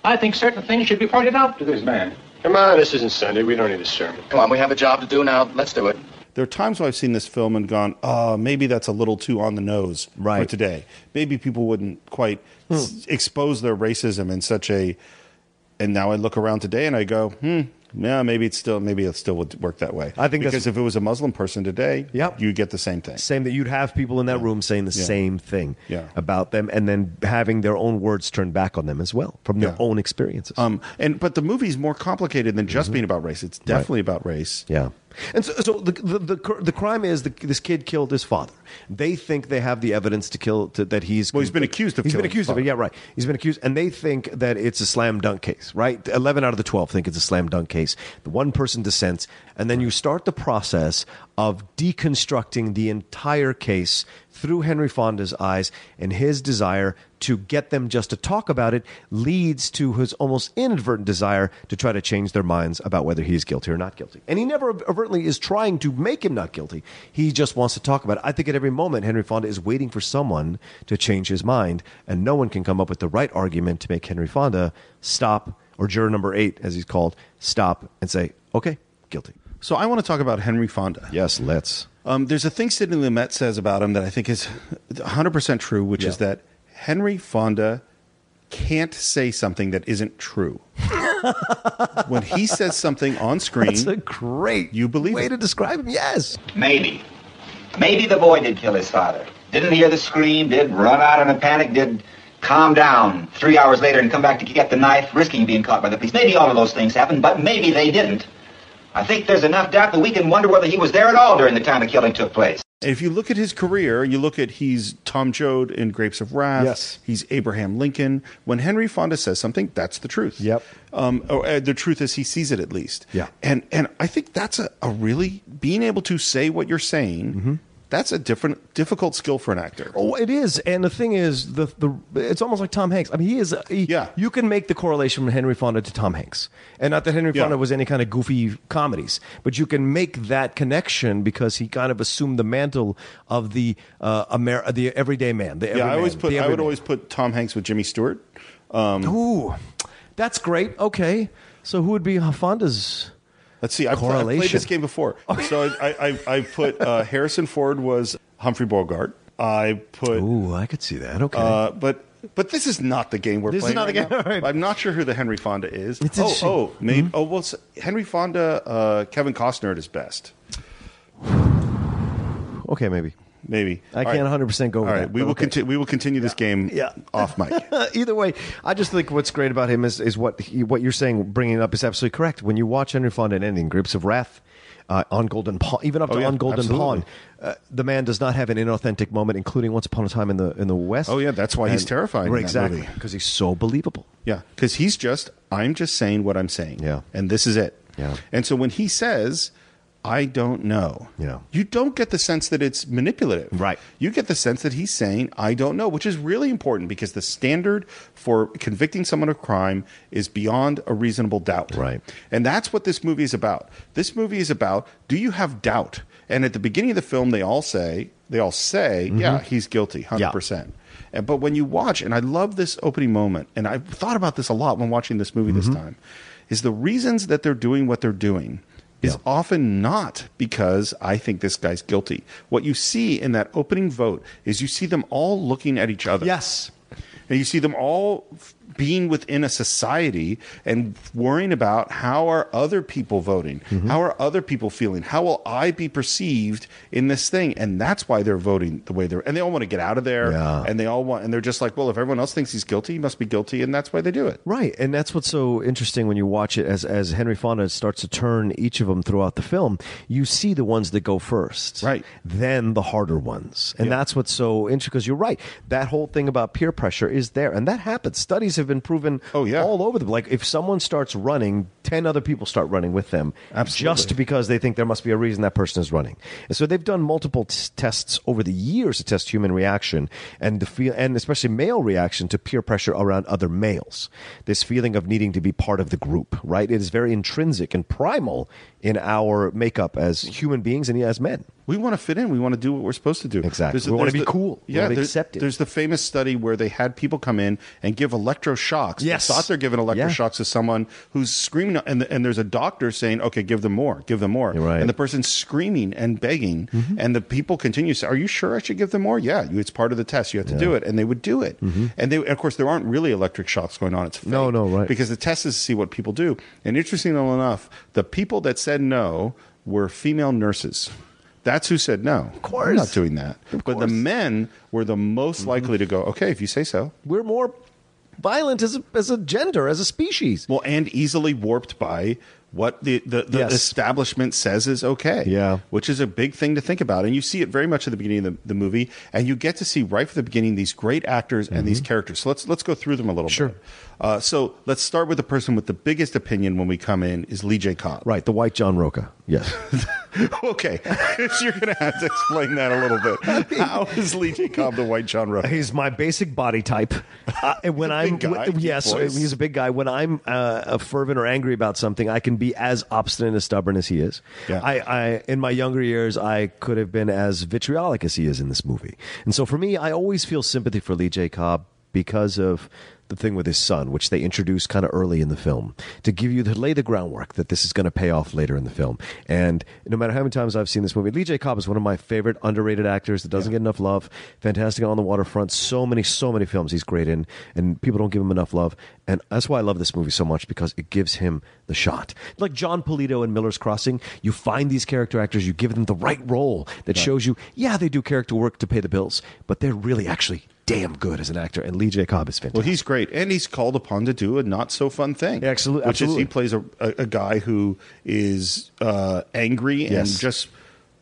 Speaker 7: I think certain things should be pointed out to this man.
Speaker 8: Come on, this isn't Sunday. We don't need a sermon.
Speaker 6: Come on, we have a job to do now. Let's do it.
Speaker 1: There are times where I've seen this film and gone, oh, maybe that's a little too on the nose for
Speaker 5: Right. Hmm.
Speaker 1: today. Maybe people wouldn't quite s- expose their racism in such a. And now I look around today and I go, hmm, yeah, maybe it's still maybe it still would work that way.
Speaker 5: I think that's-
Speaker 1: because if it was a Muslim person today,
Speaker 5: Yep.
Speaker 1: you get the same thing.
Speaker 5: Same that you'd have people in that room saying the
Speaker 1: Yeah.
Speaker 5: same thing
Speaker 1: Yeah.
Speaker 5: about them, and then having their own words turned back on them as well from their
Speaker 1: Yeah.
Speaker 5: own experiences.
Speaker 1: Um, and but the movie's more complicated than just being about race. It's definitely about race.
Speaker 5: Mm-hmm. Yeah. And so, so the, the, the, cr- the crime is the, this kid killed his father. They think they have the evidence to kill, to, that he's.
Speaker 1: Well, he's been accused of
Speaker 5: He's been
Speaker 1: killing his
Speaker 5: accused of it,
Speaker 1: father.
Speaker 5: yeah, right. He's been accused, and they think that it's a slam dunk case, right? 11 out of the 12 think it's a slam dunk case. The one person dissents, and then you start the process of deconstructing the entire case through Henry Fonda's eyes and his desire to get them just to talk about it leads to his almost inadvertent desire to try to change their minds about whether he is guilty or not guilty. And he never overtly is trying to make him not guilty. He just wants to talk about it. I think at every moment, Henry Fonda is waiting for someone to change his mind, and no one can come up with the right argument to make Henry Fonda stop, or juror number eight, as he's called, stop and say, okay, guilty.
Speaker 1: So I want to talk about Henry Fonda.
Speaker 5: Yes, let's.
Speaker 1: Um, there's a thing Sidney Lumet says about him that I think is 100% true, which is
Speaker 5: Yeah.
Speaker 1: that Henry Fonda can't say something that isn't
Speaker 5: *laughs*
Speaker 1: true. when he says something on
Speaker 5: That's a
Speaker 1: screen,
Speaker 5: great
Speaker 1: You believe
Speaker 5: way
Speaker 1: it.
Speaker 5: to describe him. Yes.
Speaker 3: Maybe. Maybe the boy did kill his father. Didn't hear the scream, did run out in a panic, did calm down three hours later and come back to get the knife, risking being caught by the police. Maybe all of those things happened, but maybe they didn't. I think there's enough doubt that we can wonder whether he was there at all during the time the killing took place.
Speaker 1: if you look at his career, you look at he's Tom Joad in Grapes of Wrath.
Speaker 5: Yes.
Speaker 1: He's Abraham Lincoln. When Henry Fonda says something, that's the truth.
Speaker 5: Yep.
Speaker 1: Um, or, uh, the truth is he sees it at least.
Speaker 5: Yeah.
Speaker 1: And and I think that's a, a really being able to say what you're saying.
Speaker 5: Mm-hmm.
Speaker 1: That's a different difficult skill for an actor.
Speaker 5: Oh, it is, and the thing is, the the it's almost like Tom Hanks. I mean, he is. He,
Speaker 1: Yeah.
Speaker 5: You can make the correlation from Henry Fonda to Tom Hanks, and not that Henry
Speaker 1: Yeah.
Speaker 5: Fonda was any kind of goofy comedies, but you can make that connection because he kind of assumed the mantle of the uh, Amer- the everyday man. The
Speaker 1: yeah, I
Speaker 5: everyman,
Speaker 1: always put.
Speaker 5: the
Speaker 1: I would
Speaker 5: everyman.
Speaker 1: always put Tom Hanks with Jimmy Stewart.
Speaker 5: Ooh, that's great. Okay, so who would be Fonda's?
Speaker 1: Let's see. I, pl- I played
Speaker 5: Correlation.
Speaker 1: this game before,
Speaker 5: *laughs*
Speaker 1: so I, I, I, I put uh, Harrison Ford was Humphrey Bogart. I put,
Speaker 5: Ooh, I could see that. Okay.
Speaker 1: uh, but but this is not the game we're
Speaker 5: This is
Speaker 1: playing.
Speaker 5: not the
Speaker 1: right
Speaker 5: game,
Speaker 1: now.
Speaker 5: *laughs* all right.
Speaker 1: I'm not sure who the Henry Fonda is.
Speaker 5: It's Hmm?
Speaker 1: oh,
Speaker 5: interesting.
Speaker 1: oh, maybe, oh, well, s- Henry Fonda, uh, Kevin Costner at his best,
Speaker 5: okay, maybe.
Speaker 1: maybe.
Speaker 5: I
Speaker 1: All
Speaker 5: can't 100% go with
Speaker 1: All right,
Speaker 5: that,
Speaker 1: we
Speaker 5: but
Speaker 1: will
Speaker 5: okay.
Speaker 1: continue. We will continue this game.
Speaker 5: Yeah.
Speaker 1: off mic.
Speaker 5: *laughs* Either way, I just think what's great about him is, is what he, what you're saying, bringing it up is absolutely correct. When you watch Henry Fonda in ending Grips of Wrath, uh, on Golden Pawn, even up to
Speaker 1: Oh, yeah,
Speaker 5: on Golden
Speaker 1: absolutely.
Speaker 5: Pawn, uh, the man does not have an inauthentic moment, including Once Upon a Time in the in the West.
Speaker 1: Oh, yeah, that's why he's terrifying in
Speaker 5: Right,
Speaker 1: that
Speaker 5: exactly,
Speaker 1: movie.
Speaker 5: because he's so believable.
Speaker 1: Yeah, because he's just I'm just saying what I'm saying.
Speaker 5: Yeah.
Speaker 1: and this is it.
Speaker 5: Yeah.
Speaker 1: and so when he says, "I don't know,"
Speaker 5: Yeah.
Speaker 1: you don't get the sense that it's manipulative.
Speaker 5: Right.
Speaker 1: you get the sense that he's saying, "I don't know," which is really important because the standard for convicting someone of crime is beyond a reasonable doubt.
Speaker 5: Right.
Speaker 1: and that's what this movie is about. This movie is about do you have doubt? And at the beginning of the film, they all say they all say, "Yeah, he's guilty, hundred percent." And, but when you watch, and I love this opening moment, and I thought about this a lot when watching this movie this time, is the reasons that they're doing what they're doing is often not because I think this guy's guilty. What you see in that opening vote is you see them all looking at each other.
Speaker 5: Yes.
Speaker 1: And you see them all f- being within a society and worrying about how are other people voting?
Speaker 5: Mm-hmm.
Speaker 1: How are other people feeling? How will I be perceived in this thing? And that's why they're voting the way they're. And they all want to get out of there.
Speaker 5: Yeah.
Speaker 1: And they all want, and they're just like, well, if everyone else thinks he's guilty, he must be guilty. And that's why they do it.
Speaker 5: Right, and that's what's so interesting when you watch it as as Henry Fonda starts to turn each of them throughout the film. You see the ones that go first,
Speaker 1: Right.
Speaker 5: Then the harder ones, and that's what's so interesting. Because you're right, that whole thing about peer pressure is there, and that happens. Studies have been proven,
Speaker 1: Oh, yeah.
Speaker 5: all over the like. If someone starts running, ten other people start running with them,
Speaker 1: Absolutely.
Speaker 5: just because they think there must be a reason that person is running. And so they've done multiple t- tests over the years to test human reaction and the feel, and especially male reaction to peer pressure around other males. This feeling of needing to be part of the group, right? It is very intrinsic and primal in our makeup as human beings and as men.
Speaker 1: We want to fit in. We want to do what we're supposed to do.
Speaker 5: Exactly.
Speaker 1: There's-
Speaker 5: We wanna
Speaker 1: there's
Speaker 5: be
Speaker 1: the-
Speaker 5: cool. We
Speaker 1: Yeah,
Speaker 5: wanna be
Speaker 1: there-
Speaker 5: accepted.
Speaker 1: There's the famous study where they had people come in and give electroshocks.
Speaker 5: Yes.
Speaker 1: They thought they're giving electroshocks to someone who's screaming, and, and there's a doctor saying, "Okay, give them more, give them more."
Speaker 5: You're right. Mm-hmm.
Speaker 1: And the person's screaming and begging, and the people continue. to say, Are you sure I should give them more? Yeah, you- it's part of the test. You have to do it, and they would do it. And they, of course, there aren't really electric shocks going on. It's fake
Speaker 5: Mm-hmm. No, no, right.
Speaker 1: Because because the test is to see what people do. And interestingly enough, the people that said no were female nurses. That's who said no. Of
Speaker 5: course. Mm-hmm.
Speaker 1: I'm not doing that. But the men were the most likely to go, okay, if you say so.
Speaker 5: We're more violent as a, as a gender, as a species.
Speaker 1: Well, and easily warped by what the, the, the
Speaker 5: Yes.
Speaker 1: establishment says is okay.
Speaker 5: Yeah.
Speaker 1: Which is a big thing to think about. And you see it very much at the beginning of the, the movie. And you get to see right from the beginning these great actors and these characters. So let's let's go through them a little
Speaker 5: Mm-hmm. Sure.
Speaker 1: bit. Uh, so let's start with the person with the biggest opinion when we come in is Lee J. Cobb.
Speaker 5: Right, the white John Roca. Yes.
Speaker 1: Okay. *laughs* You're going to have to explain that a little bit. How is Lee J. Cobb the white John Roca?
Speaker 5: He's my basic body type. Uh, and when
Speaker 1: He's a *laughs*
Speaker 5: I'm
Speaker 1: big guy,
Speaker 5: w- yes,
Speaker 1: big voice.
Speaker 5: he's a big guy. When I'm uh, a fervent or angry about something, I can be as obstinate and stubborn as he is.
Speaker 1: Yeah.
Speaker 5: I, I in my younger years, I could have been as vitriolic as he is in this movie. And so for me, I always feel sympathy for Lee J. Cobb because of the thing with his son, which they introduce kind of early in the film to give you to lay the groundwork that this is going to pay off later in the film. And no matter how many times I've seen this movie, Lee J. Cobb is one of my favorite underrated actors that doesn't get enough love. Fantastic on the waterfront, so many, so many films he's great in, and people don't give him enough love. And that's why I love this movie so much because it gives him the shot. Like John Polito in Miller's Crossing, you find these character actors, you give them the right role that shows you, yeah, they do character work to pay the bills, but they're really actually damn good as an actor. And Lee J. Cobb is fantastic.
Speaker 1: Well, he's great, and he's called upon to do a not so fun thing.
Speaker 5: Yeah, absolu-
Speaker 1: which
Speaker 5: absolutely.
Speaker 1: is he plays a, a, a guy who is uh, angry
Speaker 5: Yes. Mm-hmm.
Speaker 1: and just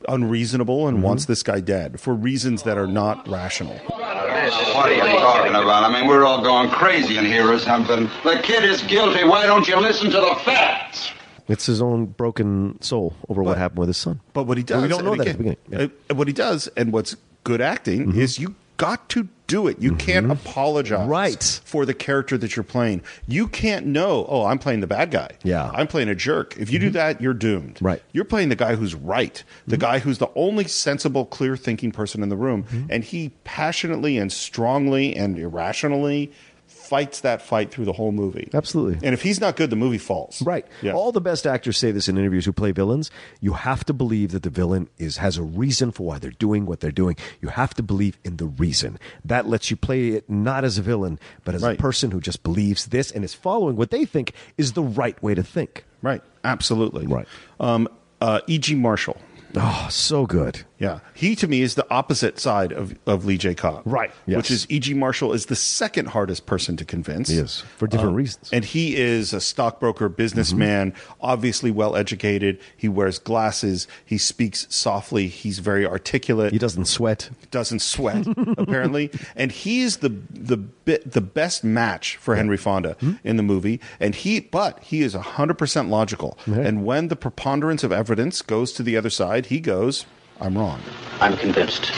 Speaker 1: unreasonable and wants this guy dead for reasons that are not rational.
Speaker 2: What are you talking about? I mean, we're all going crazy in here or something. The kid is guilty. Why don't you listen to the facts?
Speaker 5: It's his own broken soul over what happened with his son.
Speaker 1: But what he does,
Speaker 5: we don't know
Speaker 1: and
Speaker 5: that at the
Speaker 1: again,
Speaker 5: beginning. Mm-hmm.
Speaker 1: uh, what he does, and what's good acting is you got to do it. You can't apologize
Speaker 5: Right.
Speaker 1: for the character that you're playing. You can't know, oh, I'm playing the bad guy.
Speaker 5: Yeah. Mm-hmm.
Speaker 1: I'm playing a jerk. If you do that, you're doomed.
Speaker 5: Right. Mm-hmm.
Speaker 1: You're playing the guy who's right, the guy who's the only sensible, clear thinking person in the room.
Speaker 5: Mm-hmm.
Speaker 1: And he passionately and strongly and irrationally fights that fight through the whole movie.
Speaker 5: Absolutely.
Speaker 1: And if he's not good, the movie falls.
Speaker 5: Right.
Speaker 1: Yeah.
Speaker 5: All the best actors say this in interviews who play villains. You have to believe that the villain is has a reason for why they're doing what they're doing. You have to believe in the reason. That lets you play it not as a villain, but as
Speaker 1: Right.
Speaker 5: a person who just believes this and is following what they think is the right way to think.
Speaker 1: Right. Absolutely.
Speaker 5: Right.
Speaker 1: Um, uh, E.G. Marshall.
Speaker 5: Oh, so good.
Speaker 1: Yeah, he to me is the opposite side of, of Lee J. Cobb,
Speaker 5: Right, yes.
Speaker 1: Which is E.G. Marshall is the second hardest person to convince. Um,
Speaker 5: He is, for different reasons. Mm-hmm.
Speaker 1: and he is a stockbroker, businessman, obviously well educated. He wears glasses. He speaks softly. He's very articulate
Speaker 5: He doesn't sweat.
Speaker 1: doesn't sweat apparently, and he's the the bit the best match for Henry Fonda in the movie. And he, but he is hundred percent logical. And when the preponderance of evidence goes to the other side, he goes, "I'm wrong."
Speaker 6: I'm convinced.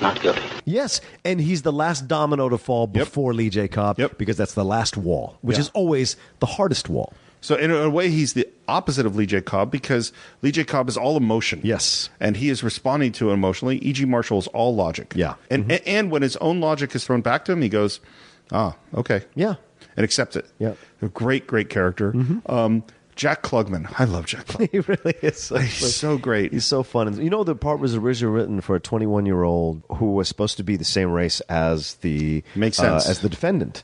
Speaker 6: Not guilty.
Speaker 5: Yes, and he's the last domino to fall before Lee J. Cobb
Speaker 1: Yep.
Speaker 5: because that's the last wall, which
Speaker 1: Yeah.
Speaker 5: is always the hardest wall.
Speaker 1: So in a way, he's the opposite of Lee J. Cobb because Lee J. Cobb is all emotion.
Speaker 5: Yes.
Speaker 1: and he is responding to it emotionally. E.G. Marshall is all logic.
Speaker 5: Yeah. Mm-hmm.
Speaker 1: and a- and when his own logic is thrown back to him, he goes, "Ah, okay,
Speaker 5: Yeah.
Speaker 1: and accepts it.
Speaker 5: Yeah. Mm-hmm.
Speaker 1: a great, great character. Um, Jack Klugman. I love Jack Klugman.
Speaker 5: *laughs* He really is. So,
Speaker 1: He's so great.
Speaker 5: He's so fun. And you know, the part was originally written for a 21 year old who was supposed to be the same race as the
Speaker 1: Makes
Speaker 5: uh,
Speaker 1: sense.
Speaker 5: as the defendant.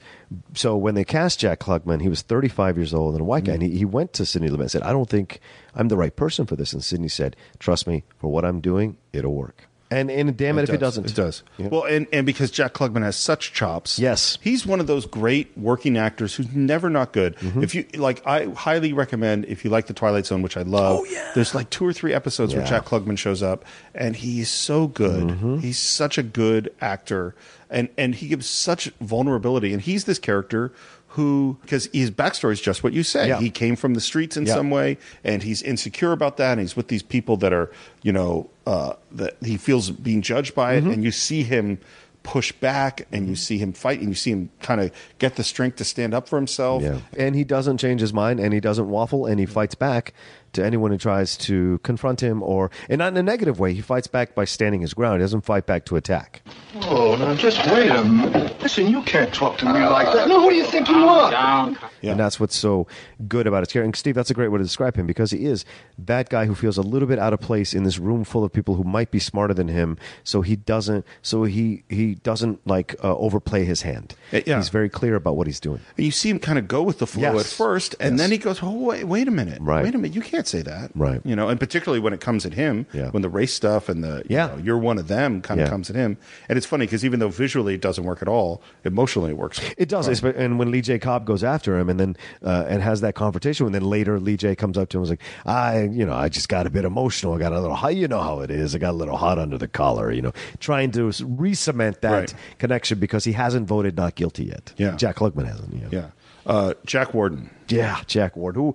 Speaker 5: So when they cast Jack Klugman, he was 35 years old and a
Speaker 1: Mm.
Speaker 5: white guy, and he, he went to Sidney Lumet and said, "I don't think I'm the right person for this." And Sidney said, "Trust me, for what I'm doing, it'll work." And and damn it, if it
Speaker 1: does.
Speaker 5: doesn't,
Speaker 1: It does.
Speaker 5: You know?
Speaker 1: Well, and, and because Jack Klugman has such chops.
Speaker 5: Yes.
Speaker 1: He's one of those great working actors who's never not good.
Speaker 5: Mm-hmm.
Speaker 1: If you like, I highly recommend if you like The Twilight Zone, which I love. Oh, yeah. There's like two or three episodes where
Speaker 5: Yeah. Mm-hmm.
Speaker 1: Jack Klugman shows up, and he's so good. He's such a good actor, and, and he gives such vulnerability. And he's this character who, because his backstory is just what you say.
Speaker 5: Yeah.
Speaker 1: He came from the streets in
Speaker 5: Yeah.
Speaker 1: some way, and he's insecure about that. And he's with these people that are, you know, uh, that he feels being judged by
Speaker 5: Mm-hmm.
Speaker 1: it. And you see him push back, and you see him fight, and you see him kind of get the strength to stand up for himself.
Speaker 5: Yeah. And he doesn't change his mind and he doesn't waffle and he fights back to anyone who tries to confront him or, and not in a negative way, he fights back by standing his ground. He doesn't fight back to attack.
Speaker 8: Oh, now just wait a minute. Listen, you can't talk to me like that. No, who do you think you are?
Speaker 7: Down.
Speaker 1: Yeah.
Speaker 5: And that's what's so good about his character. And Steve, that's a great way to describe him because he is that guy who feels a little bit out of place in this room full of people who might be smarter than him. So he doesn't, so he, he doesn't like uh, overplay his hand.
Speaker 1: Uh, yeah.
Speaker 5: He's very clear about what he's doing.
Speaker 1: And you see him kind of go with the flow
Speaker 5: Yes.
Speaker 1: at first, and
Speaker 5: Yes.
Speaker 1: then he goes, "Oh wait, wait a minute,
Speaker 5: Right.
Speaker 1: Wait a minute, you can't say that,
Speaker 5: Right.
Speaker 1: You know, and particularly when it comes at him,
Speaker 5: Yeah.
Speaker 1: when the race stuff and the
Speaker 5: Yeah.
Speaker 1: you are one of them kind
Speaker 5: Yeah.
Speaker 1: of comes at him, and it's funny because even though visually it doesn't work at all, emotionally it
Speaker 5: *laughs*
Speaker 1: works.
Speaker 5: It does, it's- and when Lee J. Cobb goes after him, and then uh, and has that confrontation, and then later Lee J. comes up to him and is like, "I, you know, I just got a bit emotional. I got a little hot. You know how it is. I got a little hot under the collar. You know, trying to re-cement that
Speaker 1: Right.
Speaker 5: connection because he hasn't voted not guilty yet.
Speaker 1: Yeah.
Speaker 5: Jack Klugman hasn't. Yeah,
Speaker 1: Yeah, uh, Jack Warden.
Speaker 5: Yeah, Jack Ward. Who,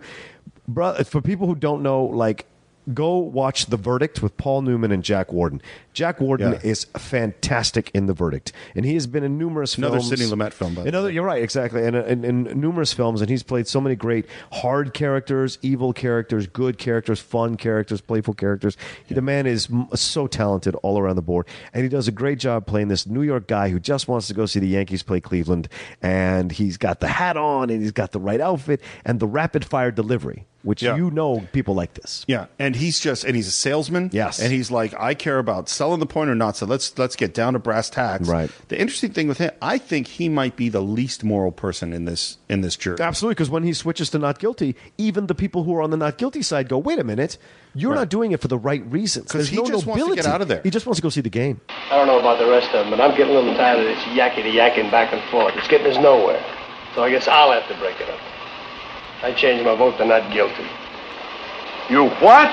Speaker 5: bro, for people who don't know, like. Go watch The Verdict with Paul Newman and Jack Warden. Jack Warden
Speaker 1: Yeah.
Speaker 5: is fantastic in The Verdict, and he has been in numerous
Speaker 1: Another
Speaker 5: films.
Speaker 1: Sidney Lumet film, by the
Speaker 5: Another
Speaker 1: way.
Speaker 5: you're right, exactly, and in, in numerous films, and he's played so many great hard characters, evil characters, good characters, fun characters, playful characters. The man is m- so talented all around the board, and he does a great job playing this New York guy who just wants to go see the Yankees play Cleveland, and he's got the hat on, and he's got the right outfit, and the rapid fire delivery, which
Speaker 1: Yeah.
Speaker 5: you know people like this.
Speaker 1: Yeah, and he's just and he's a salesman.
Speaker 5: Yes.
Speaker 1: and he's like, I care about selling the point or not. So let's let's get down to brass tacks.
Speaker 5: Right.
Speaker 1: The interesting thing with him, I think he might be the least moral person in this in this jury.
Speaker 5: Absolutely, because when he switches to not guilty, even the people who are on the not guilty side go, "Wait a minute, you're not doing it for the right reasons."
Speaker 1: 'Cause
Speaker 5: There's
Speaker 1: he
Speaker 5: no
Speaker 1: just wants to
Speaker 5: nobility.
Speaker 1: get out of there.
Speaker 5: He just wants to go see the game.
Speaker 9: I don't know about the rest of them, but I'm getting a little tired of this yakety yakking back and forth. It's getting us nowhere. So I guess I'll have to break it up. I changed my vote to not guilty.
Speaker 8: You what?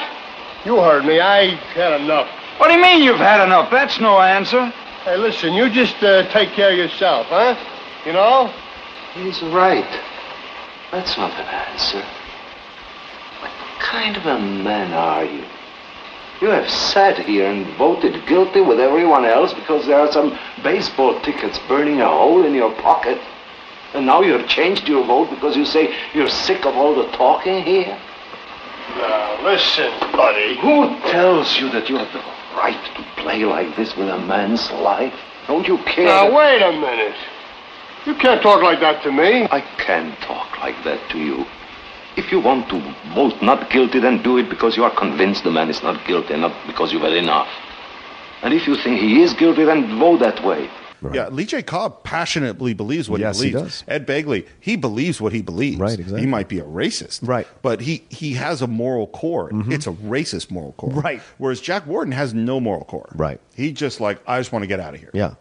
Speaker 8: You heard me. I had enough.
Speaker 3: What do you mean you've had enough? That's no answer.
Speaker 8: Hey, listen, you just uh, take care of yourself, huh? You know?
Speaker 9: He's right. That's not an answer. What kind of a man are you? You have sat here and voted guilty with everyone else because there are some baseball tickets burning a hole in your pocket. And now you've changed your vote because you say you're sick of all the talking here?
Speaker 8: Now, listen, buddy.
Speaker 9: Who tells you that you have the right to play like this with a man's life? Don't you care?
Speaker 8: Now, wait a minute. You can't talk like that to me.
Speaker 9: I can talk like that to you. If you want to vote not guilty, then do it because you are convinced the man is not guilty, not because you've had enough. And if you think he is guilty, then vote that way.
Speaker 1: Yeah, Lee J. Cobb passionately believes what
Speaker 5: Yes,
Speaker 1: he
Speaker 5: he
Speaker 1: believes.
Speaker 5: does.
Speaker 1: Ed Begley, he believes what he believes.
Speaker 5: Right, exactly.
Speaker 1: He might be a racist.
Speaker 5: Right. Mm-hmm.
Speaker 1: But he, he has a moral core. It's a racist moral core.
Speaker 5: Right.
Speaker 1: Whereas Jack Warden has no moral core.
Speaker 5: Right.
Speaker 1: He just like, I just want to get out of here.
Speaker 5: Yeah,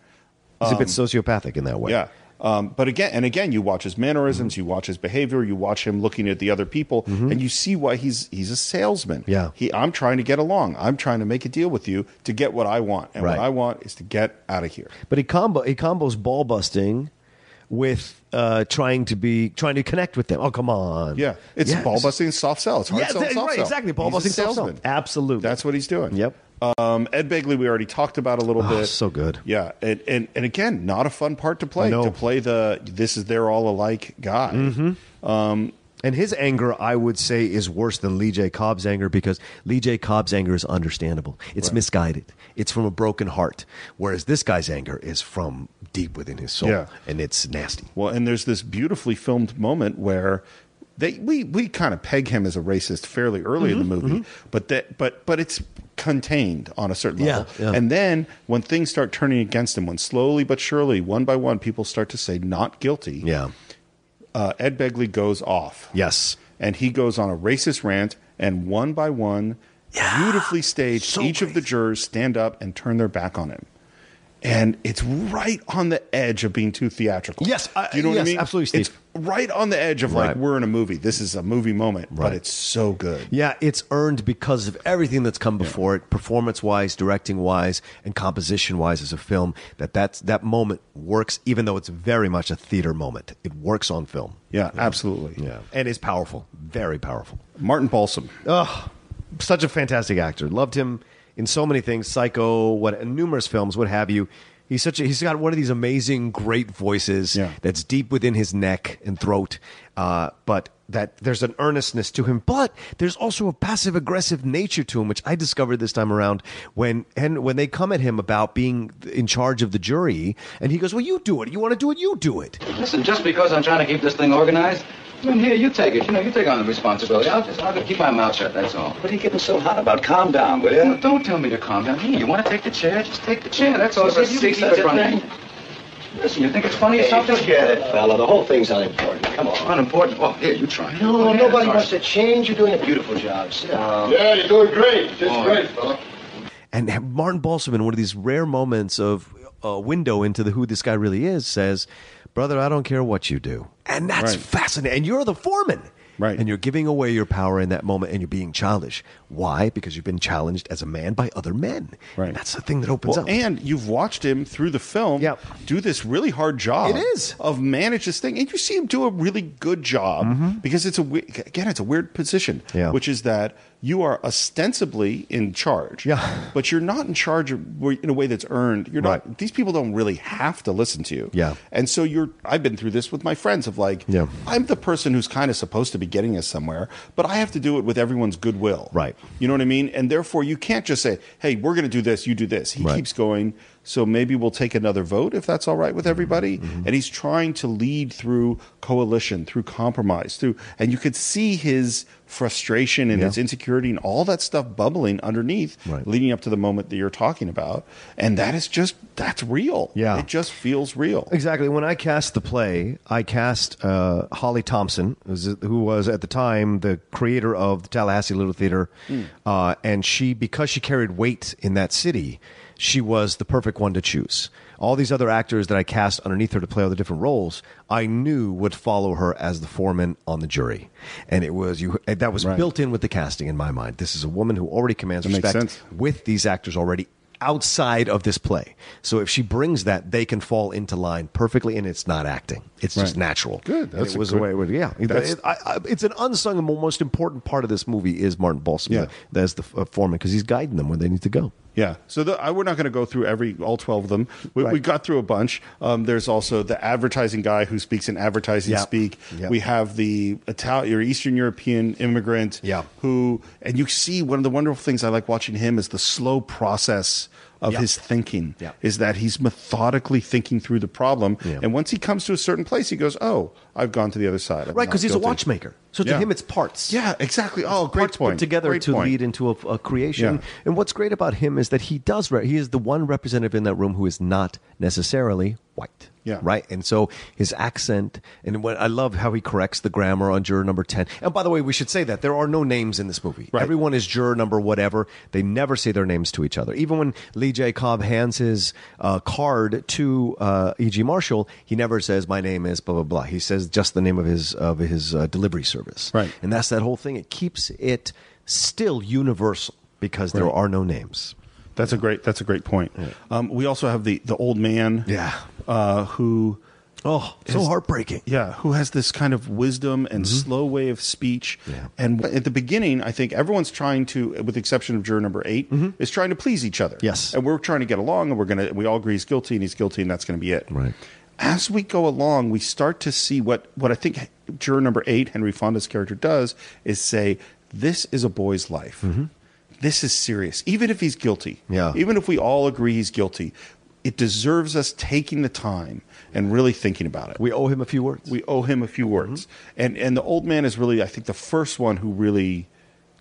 Speaker 5: he's a bit sociopathic in that way.
Speaker 1: Um, Yeah. Um, but again, and again, you watch his mannerisms,
Speaker 5: Mm-hmm.
Speaker 1: you watch his behavior, you watch him looking at the other people, and you see why he's he's a salesman.
Speaker 5: Yeah.
Speaker 1: he I'm trying to get along. I'm trying to make a deal with you to get what I want, and
Speaker 5: Right.
Speaker 1: what I want is to get out of here.
Speaker 5: but he combo he combos ball busting with uh, trying to be trying to connect with them. Oh come on,
Speaker 1: Yeah, it's
Speaker 5: Yes.
Speaker 1: ball busting, soft sell. It's hard
Speaker 5: Yeah,
Speaker 1: sell,
Speaker 5: th-
Speaker 1: soft
Speaker 5: right,
Speaker 1: sell.
Speaker 5: exactly. Ball
Speaker 1: He's a
Speaker 5: busting, soft sell.
Speaker 1: salesman.
Speaker 5: Absolutely.
Speaker 1: that's what he's doing.
Speaker 5: Yep.
Speaker 1: Um, Ed Begley, we already talked about a little
Speaker 5: Oh,
Speaker 1: bit.
Speaker 5: so good.
Speaker 1: Yeah, and, and and again, not a fun part to play.
Speaker 5: No.
Speaker 1: To play the this is they're all alike guy.
Speaker 5: Mm-hmm. And his anger, I would say, is worse than Lee J. Cobb's anger because Lee J. Cobb's anger is understandable. It's misguided. It's from a broken heart. Whereas this guy's anger is from deep within his soul.
Speaker 1: Yeah.
Speaker 5: And it's nasty.
Speaker 1: Well, and there's this beautifully filmed moment where They, we we kind of peg him as a racist fairly early in
Speaker 10: Mm-hmm,
Speaker 1: the movie, but that but but it's contained on a certain
Speaker 10: Yeah,
Speaker 1: level.
Speaker 10: yeah.
Speaker 1: And then when things start turning against him, when slowly but surely, one by one, people start to say not guilty.
Speaker 5: Yeah.
Speaker 1: uh, Ed Begley goes off.
Speaker 5: Yes.
Speaker 1: and he goes on a racist rant, and one by one, beautifully staged,
Speaker 10: So
Speaker 1: each of the jurors stand up and turn their back on him. And it's right on the edge of being too theatrical.
Speaker 5: Yes, I-
Speaker 1: Do you know what I
Speaker 5: yes,
Speaker 1: mean?
Speaker 5: absolutely, Steve.
Speaker 1: It's right on the edge of like
Speaker 5: Right.
Speaker 1: we're in a movie. This is a movie moment,
Speaker 5: Right.
Speaker 1: but it's so good.
Speaker 5: Yeah, it's earned because of everything that's come before it, performance wise, directing wise, and composition wise as a film. That that's, that moment works, even though it's very much a theater moment. It works on film.
Speaker 1: Yeah, absolutely.
Speaker 5: Yeah, and is powerful, very powerful.
Speaker 1: Martin Balsam.
Speaker 5: Oh, such a fantastic actor. Loved him in so many things, Psycho, what numerous films, what have you. He's such a, he's got one of these amazing, great voices
Speaker 1: Yeah.
Speaker 5: that's deep within his neck and throat, uh, but that there's an earnestness to him, but there's also a passive aggressive nature to him, which I discovered this time around when and when they come at him about being in charge of the jury, and he goes, "Well, you do it. You want to do it, you do it."
Speaker 6: Listen, just because I'm trying to keep this thing organized, I mean, here, you take it. You know, you take on the responsibility. I'll just, I'll just keep my mouth shut, that's all.
Speaker 3: What are you getting so hot about? Calm down, will
Speaker 6: No,
Speaker 3: you?
Speaker 6: don't tell me to calm down. Here, you want to take the chair? Just take the chair, that's all.
Speaker 3: Never
Speaker 6: Just
Speaker 3: seen
Speaker 6: keep it
Speaker 3: such a
Speaker 6: running. Listen, you think it's funny or something?
Speaker 3: Forget it, fella. The whole thing's unimportant. Come
Speaker 6: It's
Speaker 3: on.
Speaker 6: unimportant. Oh, here, you try.
Speaker 3: No,
Speaker 6: Oh, yeah,
Speaker 3: nobody
Speaker 6: sorry.
Speaker 3: wants to change. You're doing a beautiful job. Sit down.
Speaker 2: Yeah, you're doing great. Just
Speaker 6: Oh,
Speaker 2: great,
Speaker 6: yeah.
Speaker 2: fella.
Speaker 5: And Martin Balsam, in one of these rare moments of a window into the, who this guy really is, says, "Brother, I don't care what you do," and that's
Speaker 1: Right.
Speaker 5: fascinating. And you're the foreman,
Speaker 1: Right.
Speaker 5: And you're giving away your power in that moment, and you're being childish. Why? Because you've been challenged as a man by other men.
Speaker 1: Right.
Speaker 5: And that's the thing that opens
Speaker 1: Well,
Speaker 5: up.
Speaker 1: and you've watched him through the film
Speaker 5: Yep.
Speaker 1: do this really hard job.
Speaker 5: It is.
Speaker 1: of manage this thing, and you see him do a really good job because it's a we- again it's a weird position,
Speaker 5: Mm-hmm. Yeah.
Speaker 1: which is that you are ostensibly in charge,
Speaker 5: Yeah.
Speaker 1: but you're not in charge of, where- in a way that's earned. You're not.
Speaker 5: Right.
Speaker 1: These people don't really have to listen to you,
Speaker 5: Yeah.
Speaker 1: And so you're. I've been through this with my friends of like,
Speaker 5: Yeah.
Speaker 1: I'm the person who's kind of supposed to be getting us somewhere, but I have to do it with everyone's goodwill,
Speaker 5: Right.
Speaker 1: You know what I mean? And therefore, you can't just say, "Hey, we're going to do this. You do this." He
Speaker 5: Right.
Speaker 1: keeps going. So maybe we'll take another vote if that's all right with everybody.
Speaker 5: Mm-hmm.
Speaker 1: And he's trying to lead through coalition, through compromise, through. And you could see his frustration and
Speaker 5: Yeah.
Speaker 1: his insecurity and all that stuff bubbling underneath,
Speaker 5: Right.
Speaker 1: leading up to the moment that you're talking about. And that is just that's real.
Speaker 5: Yeah.
Speaker 1: it just feels real.
Speaker 5: Exactly. When I cast the play, I cast uh, Holly Thompson, who's- who was at the time the creator of the Tallahassee Little Theater,
Speaker 1: Hmm.
Speaker 5: uh, and she because she carried weight in that city, she was the perfect one to choose. All these other actors that I cast underneath her to play all the different roles, I knew would follow her as the foreman on the jury, and it was you that was built in with the casting in my mind. This is a woman who already commands
Speaker 1: makes
Speaker 5: respect
Speaker 1: sense.
Speaker 5: with these actors already outside of this play. So if she brings that, they can fall into line perfectly, and it's not acting; it's just
Speaker 1: Right.
Speaker 5: natural.
Speaker 1: Good.
Speaker 5: And
Speaker 1: That's
Speaker 5: it
Speaker 1: a
Speaker 5: was
Speaker 1: good-
Speaker 5: the way. It was, yeah,
Speaker 1: That's-
Speaker 5: It- I- I- it's an unsung and most important part of this movie is Martin Balsam.
Speaker 1: Yeah.
Speaker 5: the- as the uh, foreman because he's guiding them where they need to go.
Speaker 1: Yeah. So the, I, we're not going to go through every all twelve of them. We, we
Speaker 5: Right.
Speaker 1: got through a bunch. Um, there's also the advertising guy who speaks in advertising
Speaker 5: Yeah.
Speaker 1: speak.
Speaker 5: Yeah.
Speaker 1: We have the Italian or Eastern European immigrant.
Speaker 5: Yeah.
Speaker 1: Who and you see one of the wonderful things I like watching him is the slow process of
Speaker 5: Yeah.
Speaker 1: his thinking.
Speaker 5: Yeah.
Speaker 1: Is that he's methodically thinking through the problem,
Speaker 5: Yeah.
Speaker 1: and once he comes to a certain place, he goes, "Oh, I've gone to the other side." I'm
Speaker 5: Right,
Speaker 1: not
Speaker 5: because he's a
Speaker 1: guilty."
Speaker 5: watchmaker. So to
Speaker 1: Yeah.
Speaker 5: him, it's parts.
Speaker 1: Yeah, exactly. Oh, great
Speaker 5: parts
Speaker 1: point.
Speaker 5: put together
Speaker 1: Great
Speaker 5: to
Speaker 1: point.
Speaker 5: lead into a, a creation.
Speaker 1: Yeah.
Speaker 5: And what's great about him is that he does. Re- he is the one representative in that room who is not necessarily white.
Speaker 1: Yeah.
Speaker 5: Right. And so his accent, and what I love how he corrects the grammar on juror number ten. And by the way, we should say that there are no names in this movie.
Speaker 1: Right.
Speaker 5: Everyone is juror number whatever. They never say their names to each other. Even when Lee J. Cobb hands his uh, card to uh, E.G. Marshall, he never says my name is blah blah blah. He says just the name of his of his uh, delivery service.
Speaker 1: Right.
Speaker 5: And that's that whole thing. It keeps it still universal because there are no names.
Speaker 1: That's a great. That's a great point. Um, we also have the the old man.
Speaker 5: Yeah.
Speaker 1: Uh, who,
Speaker 5: Oh, so
Speaker 1: His-
Speaker 5: heartbreaking.
Speaker 1: yeah, who has this kind of wisdom and slow way of speech.
Speaker 5: Mm-hmm. Yeah.
Speaker 1: And at the beginning, I think everyone's trying to, with the exception of juror number 8 is trying to please each other.
Speaker 5: Mm-hmm. Yes.
Speaker 1: And we're trying to get along, and we're gonna. We all agree he's guilty, and he's guilty, and that's gonna be it.
Speaker 5: Right.
Speaker 1: As we go along, we start to see what what I think juror number eight, Henry Fonda's character, does is say, "This is a boy's life." This is serious. Even if he's guilty,
Speaker 5: Mm-hmm. Yeah.
Speaker 1: Even if we all agree he's guilty, it deserves us taking the time and really thinking about it.
Speaker 5: We Mm-hmm. owe him a few words.
Speaker 1: we owe him a few words. And and the old man is really, I think, the first one who really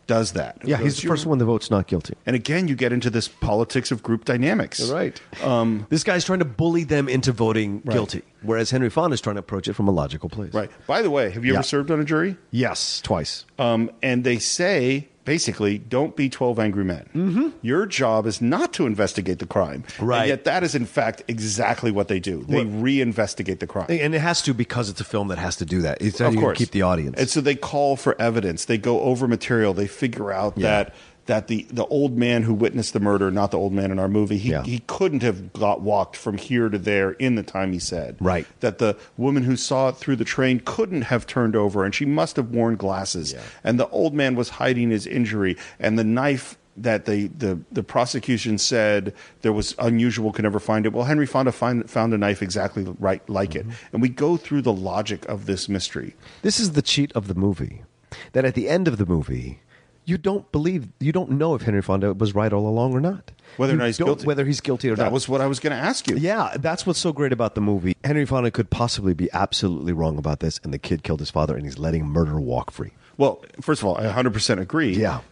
Speaker 1: does that. Who
Speaker 5: yeah, he's
Speaker 1: goes,
Speaker 5: the first one that votes not guilty.
Speaker 1: And again, you get into this politics of group dynamics.
Speaker 5: *laughs* Um, this guy's trying to bully them into voting guilty, whereas Henry Fonda is trying to approach it from a logical place.
Speaker 1: Right. By the way, have you
Speaker 5: Yeah.
Speaker 1: ever served on a jury?
Speaker 5: Yes, twice.
Speaker 1: Um, and they say basically, don't be 12 angry men. Mm-hmm. Your job is not to investigate the crime.
Speaker 5: Right.
Speaker 1: And yet, that is in fact exactly what they do. They
Speaker 5: Well-
Speaker 1: reinvestigate the crime.
Speaker 5: and it has to because it's a film that has to do that. It's how you keep the audience.
Speaker 1: And so they call for evidence. They go over material. They figure out
Speaker 5: Yeah.
Speaker 1: that that the, the old man who witnessed the murder, not the old man in our movie, he,
Speaker 5: Yeah.
Speaker 1: he couldn't have got walked from here to there in the time he said.
Speaker 5: Right.
Speaker 1: That the woman who saw it through the train couldn't have turned over and she must have worn glasses.
Speaker 5: Yeah.
Speaker 1: And the old man was hiding his injury and the knife that they, the, the prosecution said there was unusual could never find it. Well, Henry Fonda find, found a knife exactly right like it.
Speaker 5: Mm-hmm.
Speaker 1: And we go through the logic of this mystery.
Speaker 5: This is the cheat of the movie. That at the end of the movie, you don't believe, you don't know if Henry Fonda was right all along or not.
Speaker 1: whether or
Speaker 5: You
Speaker 1: not he's
Speaker 5: don't-
Speaker 1: guilty.
Speaker 5: Whether he's guilty or
Speaker 1: that
Speaker 5: not.
Speaker 1: was what I was going to ask you.
Speaker 5: yeah, that's what's so great about the movie. Henry Fonda could possibly be absolutely wrong about this, and the kid killed his father, and he's letting murder walk free.
Speaker 1: Well, first of all, I 100% agree.
Speaker 5: Yeah. Mm-hmm.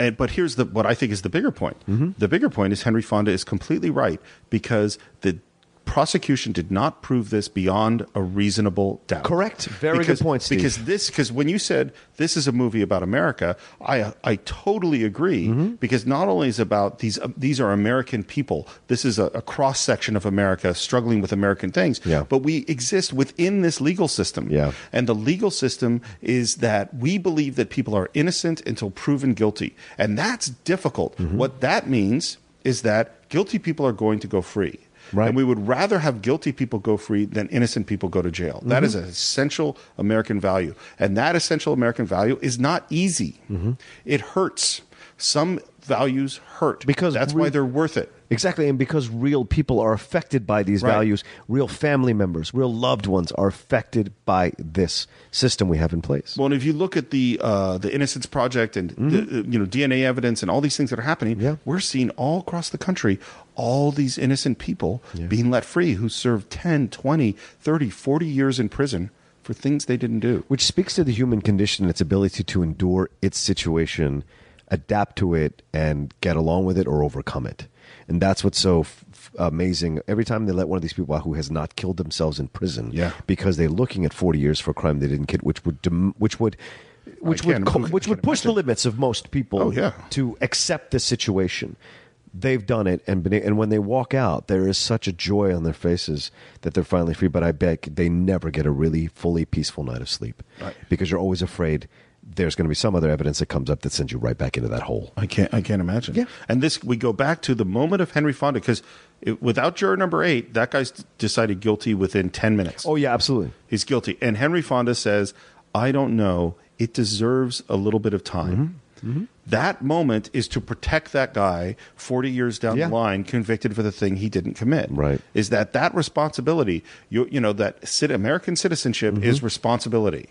Speaker 1: And, but here's the what I think is the bigger point. The bigger point is Henry Fonda is completely right because the prosecution did not prove this beyond a reasonable doubt.
Speaker 5: Correct. Very good
Speaker 1: Because-
Speaker 5: point, Steve.
Speaker 1: Because this because when you said this is a movie about America, I I totally agree
Speaker 5: Mm-hmm.
Speaker 1: because not only is it about these uh, these are American people. This is a, a cross section of America struggling with American things.
Speaker 5: Yeah.
Speaker 1: But we exist within this legal system.
Speaker 5: Yeah.
Speaker 1: And the legal system is that we believe that people are innocent until proven guilty. And that's difficult.
Speaker 5: Mm-hmm.
Speaker 1: What that means is that guilty people are going to go free.
Speaker 5: Right.
Speaker 1: And we would rather have guilty people go free than innocent people go to jail. That
Speaker 5: Mm-hmm.
Speaker 1: is an essential American value. And that essential American value is not easy.
Speaker 5: Mm-hmm.
Speaker 1: It hurts. Some values hurt.
Speaker 5: Because
Speaker 1: that's
Speaker 5: we-
Speaker 1: why they're worth it.
Speaker 5: Exactly, and because real people are affected by these
Speaker 1: Right.
Speaker 5: values, real family members, real loved ones are affected by this system we have in place.
Speaker 1: Well, and if you look at the uh, the Innocence Project and the, you know DNA evidence and all these things that are happening,
Speaker 5: Yeah.
Speaker 1: we're seeing all across the country all these innocent people being let free who served 10, 20, 30, 40 years in prison for things they didn't do.
Speaker 5: which speaks to the human condition and its ability to endure its situation, adapt to it, and get along with it or overcome it. And that's what's so f- f- amazing. Every time they let one of these people out who has not killed themselves in prison,
Speaker 1: Yeah.
Speaker 5: because they're looking at forty years for a crime they didn't commit, which would dem- which would which would
Speaker 1: can't-
Speaker 5: co-
Speaker 1: I
Speaker 5: which would
Speaker 1: can't
Speaker 5: push the limits of most people
Speaker 1: Oh, yeah.
Speaker 5: to accept the situation. They've done it, and been, and when they walk out, there is such a joy on their faces that they're finally free. But I bet they never get a really fully peaceful night of sleep because you're always afraid there's going to be some other evidence that comes up that sends you right back into that hole.
Speaker 1: I can't. I can't imagine.
Speaker 5: Yeah.
Speaker 1: And this, we go back to the moment of Henry Fonda because without juror number eight, that guy's decided guilty within ten minutes.
Speaker 5: Oh yeah, absolutely.
Speaker 1: He's guilty. And Henry Fonda says, I don't know. It deserves a little bit of time.
Speaker 5: Mm-hmm.
Speaker 1: That moment is to protect that guy 40 years down
Speaker 5: Yeah.
Speaker 1: the line convicted for the thing he didn't commit.
Speaker 5: Right.
Speaker 1: Is that that responsibility, you, you know, that cit- American citizenship
Speaker 5: Mm-hmm.
Speaker 1: is responsibility.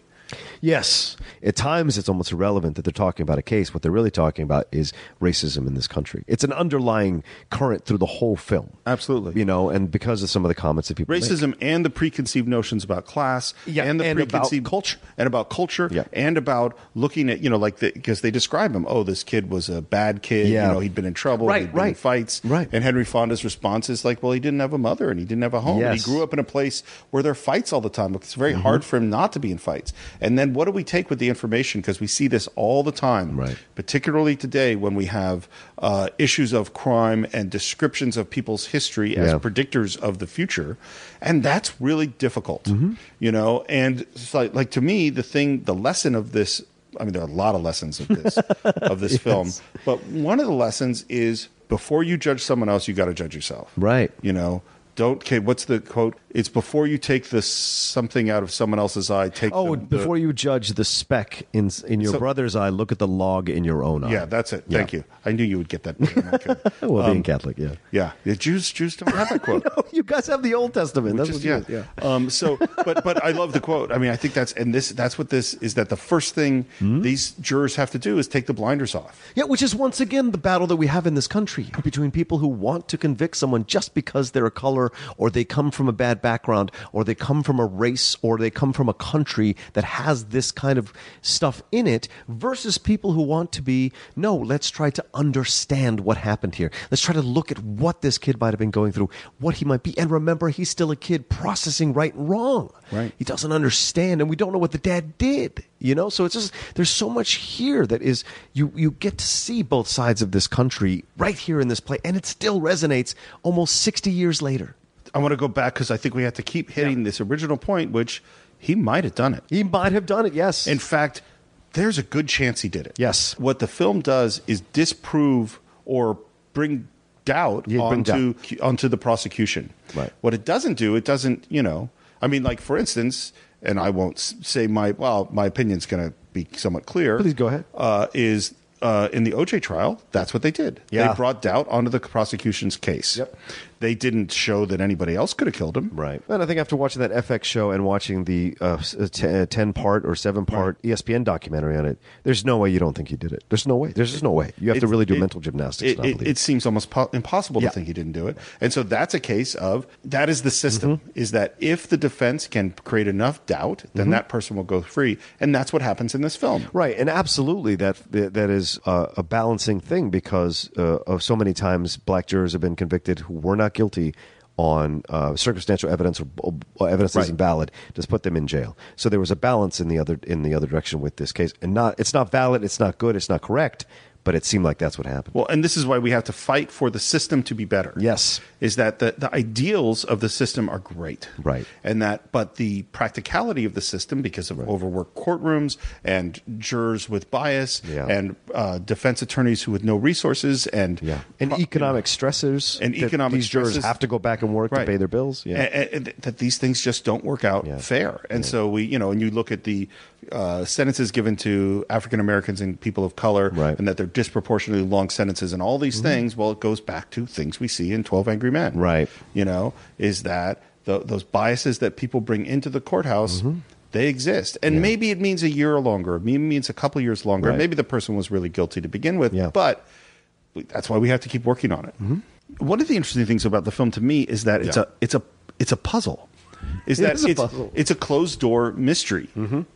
Speaker 5: Yes, at times it's almost irrelevant that they're talking about a case. What they're really talking about is racism in this country. It's an underlying current through the whole film.
Speaker 1: Absolutely.
Speaker 5: you know, and because of some of the comments that people make.
Speaker 1: Racism and the preconceived notions about class
Speaker 5: Yeah,
Speaker 1: and the
Speaker 5: and about
Speaker 1: preconceived
Speaker 5: culture.
Speaker 1: and about culture
Speaker 5: Yeah.
Speaker 1: and about looking at, you know, like the, because they describe him, oh, this kid was a bad kid.
Speaker 5: Yeah.
Speaker 1: You know, he'd been in trouble.
Speaker 5: Right,
Speaker 1: he'd been in
Speaker 5: right,
Speaker 1: fights.
Speaker 5: right.
Speaker 1: And Henry Fonda's response is like, well, he didn't have a mother and he didn't have a home. And
Speaker 5: Yes. Mm-hmm.
Speaker 1: he grew up in a place where there are fights all the time. It's very hard for him not to be in fights. And then what do we take with the information? Because we see this all the time,
Speaker 5: Right.
Speaker 1: particularly today when we have uh, issues of crime and descriptions of people's history as
Speaker 5: Yeah.
Speaker 1: predictors of the future. And that's really difficult,
Speaker 5: Mm-hmm.
Speaker 1: you know? And it's like, like to me, the thing, the lesson of this, I mean, there are a lot of lessons of
Speaker 5: *laughs*
Speaker 1: this, of this film, but one of the lessons is before you judge someone else, you got to judge yourself.
Speaker 5: Right.
Speaker 1: You know, don't, okay, what's the quote? It's before you take the something out of someone else's eye. Take
Speaker 5: Oh,
Speaker 1: the- the-
Speaker 5: before you judge the speck in in your
Speaker 1: So-
Speaker 5: brother's eye, look at the log in your own eye.
Speaker 1: yeah, um, that's it.
Speaker 5: Yeah.
Speaker 1: Thank you. I knew you would get that. *laughs* better than I could.
Speaker 5: Well, being Catholic, yeah.
Speaker 1: yeah, the Jews Jews don't have that
Speaker 5: *laughs*
Speaker 1: quote.
Speaker 5: You guys have the Old Testament. That's
Speaker 1: Just-
Speaker 5: what you-
Speaker 1: yeah. *laughs* Um, so, but but I love the quote. I mean, I think that's and this that's what this is. That the first thing these jurors have to do is take the blinders off.
Speaker 5: Yeah, which is once again the battle that we have in this country between people who want to convict someone just because they're a color or they come from a bad background or they come from a race or they come from a country that has this kind of stuff in it versus people who want to be, no, let's try to understand what happened here. Let's try to look at what this kid might have been going through, what he might be. And remember, he's still a kid processing right and wrong.
Speaker 1: Right.
Speaker 5: He doesn't understand and we don't know what the dad did you know so it's just there's so much here that is you you get to see both sides of this country right here in this play and it still resonates almost 60 years later
Speaker 1: I want to go back because I think we have to keep hitting this original point, which he might have done it.
Speaker 5: he might have done it yes
Speaker 1: In fact, there's a good chance he did it.
Speaker 5: Yes.
Speaker 1: What the film does is disprove or bring doubt
Speaker 5: Yeah, bring
Speaker 1: onto onto the prosecution.
Speaker 5: Right.
Speaker 1: What it doesn't do, it doesn't, you know, I mean, like for instance, and I won't s- say my well, my opinion's going to be somewhat clear.
Speaker 5: Please go ahead.
Speaker 1: Uh, is uh, in the OJ trial, that's what they did.
Speaker 5: Yeah.
Speaker 1: They brought doubt onto the prosecution's case.
Speaker 5: Yep.
Speaker 1: They didn't show that anybody else could have killed him.
Speaker 5: Right. And I think after watching that FX show and watching the uh, s- uh, t- uh, 10 part or 7 part E ESPN documentary on it, there's no way you don't think he did it. There's no way. There's just no way. You have to
Speaker 1: It-
Speaker 5: really do
Speaker 1: it-
Speaker 5: mental gymnastics.
Speaker 1: It,
Speaker 5: to not
Speaker 1: it,
Speaker 5: believe
Speaker 1: it seems almost po- impossible
Speaker 5: Yeah.
Speaker 1: to think he didn't do it. And so that's a case of that is the system
Speaker 5: Mm-hmm.
Speaker 1: is that if the defense can create enough doubt, then
Speaker 5: Mm-hmm.
Speaker 1: that person will go free. And that's what happens in this film.
Speaker 5: Right, and absolutely that that is uh, a balancing thing because uh, of so many times black jurors have been convicted who were not guilty on uh, circumstantial evidence or or evidence that's
Speaker 1: Right.
Speaker 5: invalid, just put them in jail. So there was a balance in the other in the other direction with this case, and not it's not valid, it's not good, it's not correct, but it seemed like that's what happened.
Speaker 1: Well, and this is why we have to fight for the system to be better.
Speaker 5: Yes.
Speaker 1: Is that the, the ideals of the system are great.
Speaker 5: Right.
Speaker 1: And that, but the practicality of the system, because of overworked courtrooms and jurors with bias
Speaker 5: Yeah.
Speaker 1: and uh, defense attorneys who with no resources and
Speaker 5: yeah, and
Speaker 1: pro-
Speaker 5: economic stressors
Speaker 1: uh, and
Speaker 5: that
Speaker 1: economic
Speaker 5: these jurors
Speaker 1: stresses-
Speaker 5: have to go back and work to
Speaker 1: Right.
Speaker 5: pay their bills. Yeah,
Speaker 1: A- a- and th- that these things just don't work out
Speaker 5: Yeah.
Speaker 1: fair. And so we, you know, and you look at the uh, sentences given to African Americans and people of color,
Speaker 5: Right. Mm-hmm.
Speaker 1: and that they're disproportionately long sentences, and all these things. Well, it goes back to things we see in Twelve Angry Men,
Speaker 5: Right.
Speaker 1: You know, is that tho- those biases that people bring into the courthouse?
Speaker 5: Mm-hmm.
Speaker 1: They exist, and maybe it means a year longer. Maybe it means a couple years longer.
Speaker 5: Right.
Speaker 1: Maybe the person was really guilty to begin with,
Speaker 5: Yeah. Mm-hmm.
Speaker 1: but we- that's why we have to keep working on it. One of the interesting things about the film to me is that it's
Speaker 5: Yeah.
Speaker 1: a it's a it's a puzzle. Is
Speaker 5: It
Speaker 1: that
Speaker 5: is a
Speaker 1: it's,
Speaker 5: puzzle. Mm-hmm.
Speaker 1: it's a closed door mystery.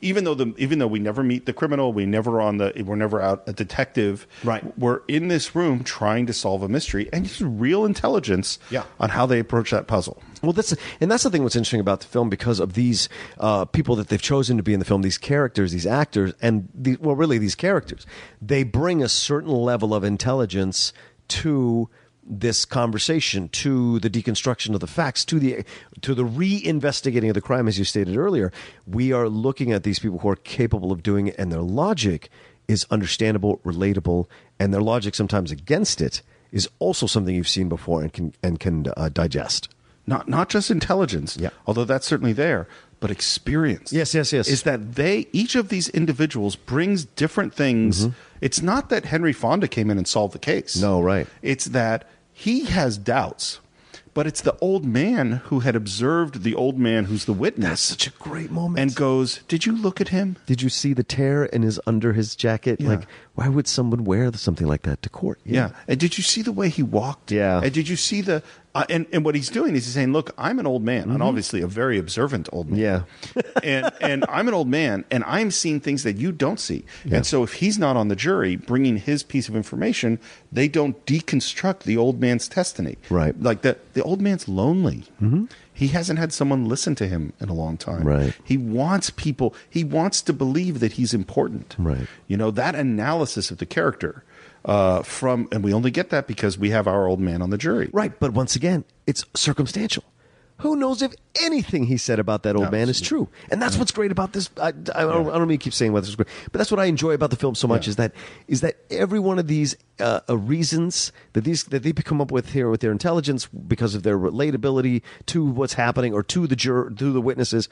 Speaker 1: Even though the even though we never meet the criminal, we never on the we're never out a detective.
Speaker 5: Right.
Speaker 1: We're in this room trying to solve a mystery and just real intelligence
Speaker 5: Yeah.
Speaker 1: on how they approach that puzzle.
Speaker 5: Well, that's and that's the thing. What's interesting about the film because of these uh, people that they've chosen to be in the film, these characters, these actors, and the, well, really these characters, they bring a certain level of intelligence to this conversation, to the deconstruction of the facts, to the to the reinvestigating of the crime, as you stated earlier. We are looking at these people who are capable of doing it, and their logic is understandable, relatable, and their logic sometimes against it is also something you've seen before and can and can uh, digest.
Speaker 1: Not not just intelligence,
Speaker 5: Yeah.
Speaker 1: although that's certainly there, but experience.
Speaker 5: Yes, yes, yes.
Speaker 1: Is that they each of these individuals brings different things. It's not that Henry Fonda came in and solved the case.
Speaker 5: Mm-hmm. No, right.
Speaker 1: It's that he has doubts, but it's the old man who had observed the old man who's the witness.
Speaker 5: That's such a great moment.
Speaker 1: And goes, Did you look at him?
Speaker 5: Did you see the tear in his under his jacket?
Speaker 1: Yeah.
Speaker 5: Like, why would someone wear something like that to court?
Speaker 1: Yeah. And did you see the way he walked?
Speaker 5: Yeah.
Speaker 1: And did you see the. Uh, and, and what he's doing is he's saying, Look, I'm an old man, and obviously a very observant old man.
Speaker 5: Mm-hmm. Yeah.
Speaker 1: and and I'm an old man, and I'm seeing things that you don't see. And so if he's not on the jury bringing his piece of information, they don't deconstruct the old man's testimony.
Speaker 5: Right. Mm-hmm.
Speaker 1: Like the the old man's lonely. He hasn't had someone listen to him in a long time.
Speaker 5: Right.
Speaker 1: He wants people. He wants to believe that he's important.
Speaker 5: Right.
Speaker 1: You know that analysis of the character uh, from, and we only get that because we have our old man on the jury.
Speaker 5: Right. But once again, it's circumstantial. Who knows if anything he said about that old man is true? And that's what's great about this. I, I, don't, I don't mean to keep saying whether it's great, but that's what I enjoy about the film so much is that is that every one of these uh, uh, reasons that these that they come up with here with their intelligence because of their relatability to what's happening or to the jur- to the witnesses.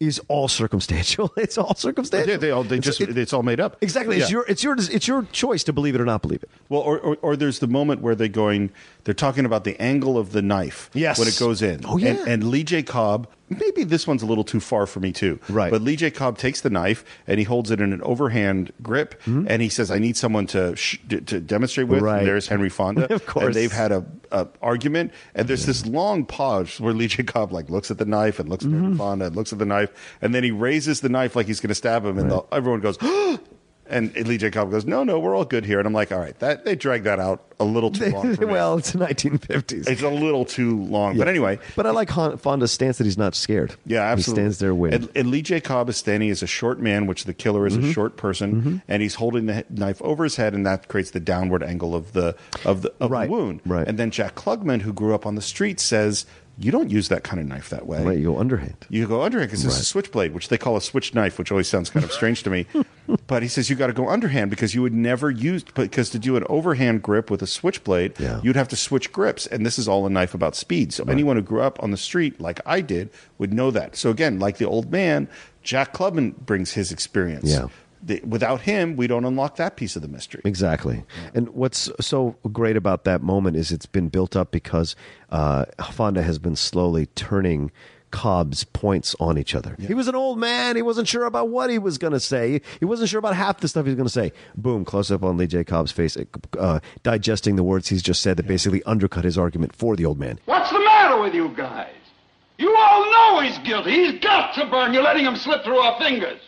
Speaker 5: Is all circumstantial. *laughs* It's all circumstantial.
Speaker 1: Yeah, they all they
Speaker 5: It's-
Speaker 1: just
Speaker 5: it-
Speaker 1: it's all made up.
Speaker 5: Exactly. It's
Speaker 1: Yeah.
Speaker 5: your it's your it's your choice to believe it or not believe it.
Speaker 1: Well, or, or, or there's the moment where they're going, they're talking about the angle of the knife
Speaker 5: Yes.
Speaker 1: when it goes in.
Speaker 5: Oh, yeah.
Speaker 1: And, and Lee J. Cobb, maybe this one's a little too far for me, too.
Speaker 5: Right.
Speaker 1: But Lee J. Cobb takes the knife and he holds it in an overhand grip and he says, I need someone to sh- to- to demonstrate with.
Speaker 5: Hmm? Right.
Speaker 1: And there's Henry Fonda.
Speaker 5: *laughs* Of course.
Speaker 1: And they've had a, a argument. And there's this long pause where Lee J. Cobb like looks at the knife and looks at
Speaker 5: Mm-hmm.
Speaker 1: Henry Fonda and looks at the knife. And then he raises the knife like he's going to stab him. And the, everyone goes, *gasps* And Lee J. Cobb goes, "No, no, we're all good here." And I'm like, "All right, that they dragged that out a little
Speaker 5: *laughs*
Speaker 1: too long." For me.
Speaker 5: well, it's the 1950s.
Speaker 1: it's a little too long. But
Speaker 5: Yeah.
Speaker 1: anyway,
Speaker 5: but I like Hon- Fonda's stance that he's not scared.
Speaker 1: yeah, absolutely.
Speaker 5: He stands there waiting.
Speaker 1: And, and Lee J. Cobb is standing as a short man, which the killer
Speaker 5: Mm-hmm.
Speaker 1: is a short person, and he's holding the he- knife over his head, and that creates the downward angle of the of the, of
Speaker 5: Right,
Speaker 1: the wound.
Speaker 5: right.
Speaker 1: And then Jack Klugman, who grew up on the street, says, "You don't use that kind of knife that way.
Speaker 5: Right, you go underhand.
Speaker 1: You go underhand because it's a
Speaker 5: Right.
Speaker 1: switchblade, which they call a switch knife, which always sounds kind of strange to
Speaker 5: *laughs*
Speaker 1: me. But he says you got to go underhand because you would never use because to do an overhand grip with a switchblade,
Speaker 5: Yeah.
Speaker 1: you'd have to switch grips, and this is all a knife about speed. So anyone who grew up on the street like I did would know that. So again, like the old man, Jack Klubman brings his experience.
Speaker 5: Yeah.
Speaker 1: The- without him, we don't unlock that piece of the mystery.
Speaker 5: Exactly. And what's so great about that moment is it's been built up because uh, Fonda has been slowly turning Cobb's points on each other. He was an old man. He wasn't sure about what he was going to say. He wasn't sure about half the stuff he was going to say. Boom, close up on Lee J. Cobb's face, uh, digesting the words he's just said that basically undercut his argument for the old man.
Speaker 2: What's the matter with you guys? You all know he's guilty. He's got to burn. You're letting him slip through our fingers.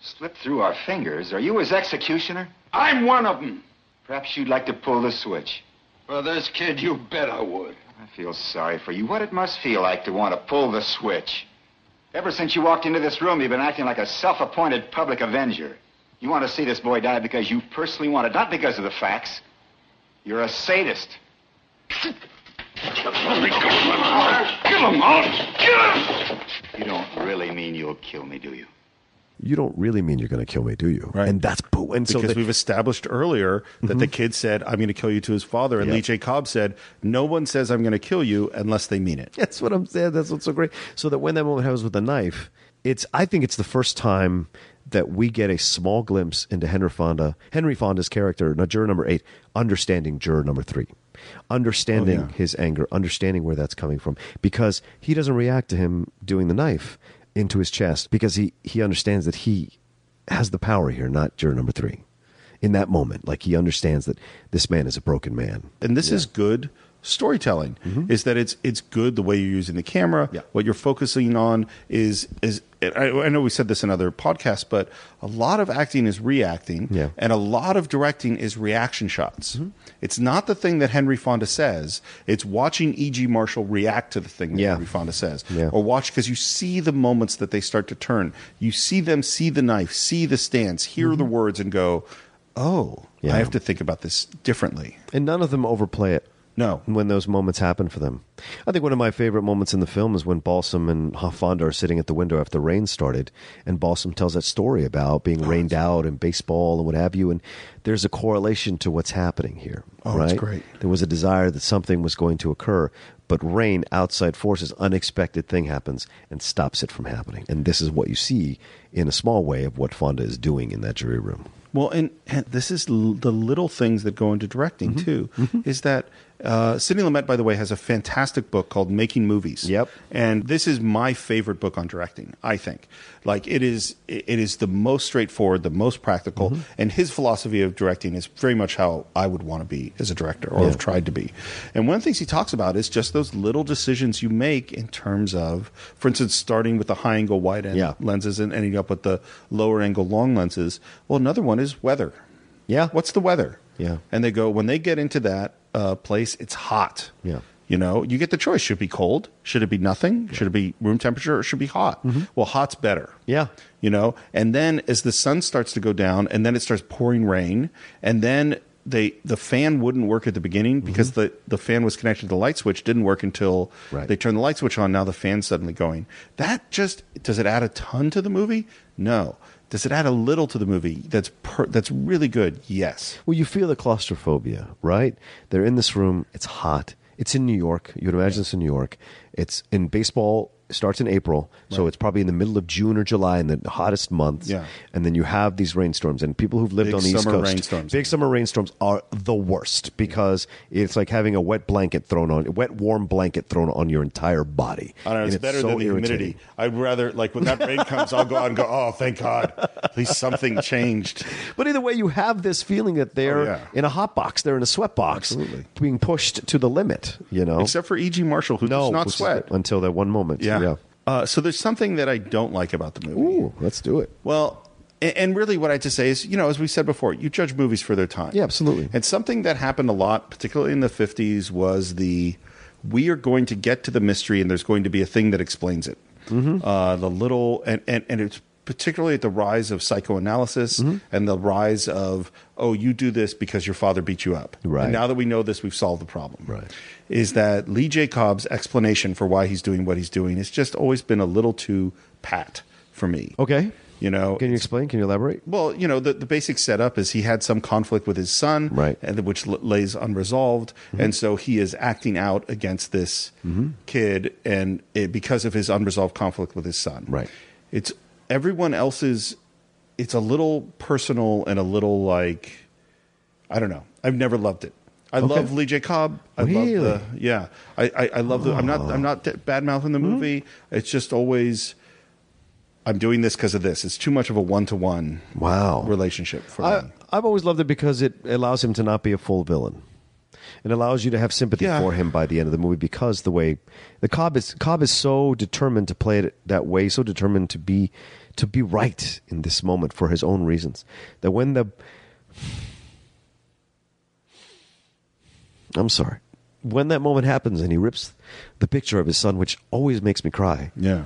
Speaker 3: Slip through our fingers. Are you his executioner?
Speaker 2: I'm one of them.
Speaker 3: Perhaps you'd like to pull the switch.
Speaker 2: For this kid, you bet I would.
Speaker 3: I feel sorry for you. What it must feel like to want to pull the switch. Ever since you walked into this room, you've been acting like a self-appointed public avenger. You want to see this boy die because you personally want it, not because of the facts. You're a sadist.
Speaker 2: Kill him, all. Kill him!
Speaker 3: You don't really mean you'll kill me, do you?
Speaker 5: You don't really mean you're going to kill me, do you?
Speaker 1: Right.
Speaker 5: And that's boo. And so
Speaker 1: because
Speaker 5: the- Mm-hmm.
Speaker 1: we've established earlier that the kid said, I'm going to kill you to his father. And
Speaker 5: Yeah.
Speaker 1: Lee J. Cobb said, No one says I'm going to kill you unless they mean it.
Speaker 5: *laughs* That's what I'm saying. That's what's so great. So that when that moment happens with the knife, it's I think it's the first time that we get a small glimpse into Henry Fonda, Henry Fonda's character, now juror number eight, understanding juror number three, understanding
Speaker 1: Oh, yeah.
Speaker 5: his anger, understanding where that's coming from, because he doesn't react to him doing the knife into his chest because he he understands that he has the power here, not juror number three. In that moment, like he understands that this man is a broken man.
Speaker 1: And this is good storytelling is that it's it's good the way you're using the camera
Speaker 5: Mm-hmm. Yeah.
Speaker 1: what you're focusing on is is I, I know we said this in other podcasts but a lot of acting is reacting
Speaker 5: Yeah. Mm-hmm.
Speaker 1: and a lot of directing is reaction shots it's not the thing that henry fonda says it's watching eg marshall react to the thing that
Speaker 5: Yeah.
Speaker 1: henry fonda says
Speaker 5: Yeah.
Speaker 1: or watch because you see the moments that they start to turn you see them see the knife see the stance hear the words and go oh
Speaker 5: Mm-hmm. Yeah.
Speaker 1: i have to think about this differently
Speaker 5: And none of them overplay it.
Speaker 1: No.
Speaker 5: When those moments happen for them. I think one of my favorite moments in the film is when Balsam and Ha- Fonda are sitting at the window after the rain started, and Balsam tells that story about being rained out and baseball and what have you. And there's a correlation to what's happening here.
Speaker 1: Oh,
Speaker 5: right?
Speaker 1: that's great.
Speaker 5: There was a desire that something was going to occur, but rain, outside forces, unexpected thing happens and stops it from happening. And this is what you see in a small way of what Fonda is doing in that jury room.
Speaker 1: Well, and, and this is l- the little things that go into directing too. Is that uh, Sidney Lumet, by the way, has a fantastic book called Making Movies.
Speaker 5: Yep.
Speaker 1: and this is my favorite book on directing. I think, like it is, it is the most straightforward, the most practical,
Speaker 5: Mm-hmm.
Speaker 1: and his philosophy of directing is very much how I would want to be as a director, or have tried to be. And one of the things he talks about is just those little decisions you make in terms of, for instance, starting with the high angle, wide end
Speaker 5: Yeah.
Speaker 1: lenses and ending up with the lower angle long lenses. Well, another one is weather.
Speaker 5: Yeah.
Speaker 1: What's the weather?
Speaker 5: Yeah.
Speaker 1: And they go, when they get into that uh, place, it's hot.
Speaker 5: Yeah.
Speaker 1: You know, you get the choice. Should it be cold? Should it be nothing? Should it be room temperature or should it be hot? Well, hot's better.
Speaker 5: Mm-hmm. Yeah.
Speaker 1: You know, and then as the sun starts to go down and then it starts pouring rain and then they the fan wouldn't work at the
Speaker 5: Mm-hmm.
Speaker 1: beginning because the, the fan was connected to the light switch didn't work until
Speaker 5: Right.
Speaker 1: they turned the light switch on. Now the fan's suddenly going. That just does it add a ton to the movie? No. Does it add a little to the movie? That's per, that's really good. Yes.
Speaker 5: Well, you feel the claustrophobia, right? They're in this room. It's hot. It's in New York. You would imagine it's in New York. It's in baseball starts in April, so it's probably in the middle of June or July in the hottest months.
Speaker 1: Yeah.
Speaker 5: And then you have these rainstorms and people who've lived
Speaker 1: Big
Speaker 5: on the East
Speaker 1: summer
Speaker 5: Coast.
Speaker 1: rainstorms.
Speaker 5: Big summer rainstorms are the worst because it's like having a wet blanket thrown on wet warm blanket thrown on your entire body.
Speaker 1: I don't know.
Speaker 5: And
Speaker 1: It's, better
Speaker 5: so
Speaker 1: than the humidity.
Speaker 5: irritating.
Speaker 1: I'd rather like when
Speaker 5: *laughs*
Speaker 1: that rain comes, I'll go out and go. Oh, thank God! At least something changed.
Speaker 5: But either way, you have this feeling that they're
Speaker 1: Oh, yeah.
Speaker 5: in a hot box, they're in a sweat box,
Speaker 1: Absolutely.
Speaker 5: being pushed to the limit. You know,
Speaker 1: Except for E.G. Marshall, who does not
Speaker 5: Oh, which is
Speaker 1: sweat.
Speaker 5: until that one moment.
Speaker 1: Yeah. Uh, so there's something that I don't like about the movie.
Speaker 5: Ooh, let's do it.
Speaker 1: Well, a- and really what I just say is, you know, as we said before, you judge movies for their time.
Speaker 5: Yeah, absolutely.
Speaker 1: And something that happened a lot, particularly in the 50s, was the we are going to get to the mystery and there's going to be a thing that explains it.
Speaker 5: Mm-hmm.
Speaker 1: Uh, the little, and, and, and it's particularly at the rise of psychoanalysis
Speaker 5: Mm-hmm.
Speaker 1: and the rise of, oh, you do this because your father beat you up.
Speaker 5: Right.
Speaker 1: And now that we know this, we've solved the problem.
Speaker 5: Right.
Speaker 1: Is that Lee J. Cobb's explanation for why he's doing what he's doing has just always been a little too pat for me.
Speaker 5: Okay.
Speaker 1: You know,
Speaker 5: Can you explain? Can you elaborate?
Speaker 1: well, you know, the, the basic setup is he had some conflict with his son,
Speaker 5: Right. Mm-hmm.
Speaker 1: and the- which l- lays unresolved, and so he is acting out against this kid, and it, because of his unresolved conflict with his son,
Speaker 5: Right.
Speaker 1: It's everyone else's. It's a little personal and a little like, I don't know. I've never loved it. I love Lee J. Cobb. I
Speaker 5: Really?
Speaker 1: love the yeah. I I, I love the. I'm not I'm not bad mouthing the
Speaker 5: Hmm?
Speaker 1: movie. It's just always. I'm doing this because of this. It's too much of a one to one
Speaker 5: Wow.
Speaker 1: relationship for
Speaker 5: I,
Speaker 1: me.
Speaker 5: I've always loved it because it allows him to not be a full villain. It allows you to have sympathy
Speaker 1: Yeah.
Speaker 5: for him by the end of the movie because the way the Cobb is Cobb is so determined to play it that way, so determined to be to be right in this moment for his own reasons. That when the I'm sorry. When that moment happens and he rips the picture of his son, which always makes me cry.
Speaker 1: Yeah.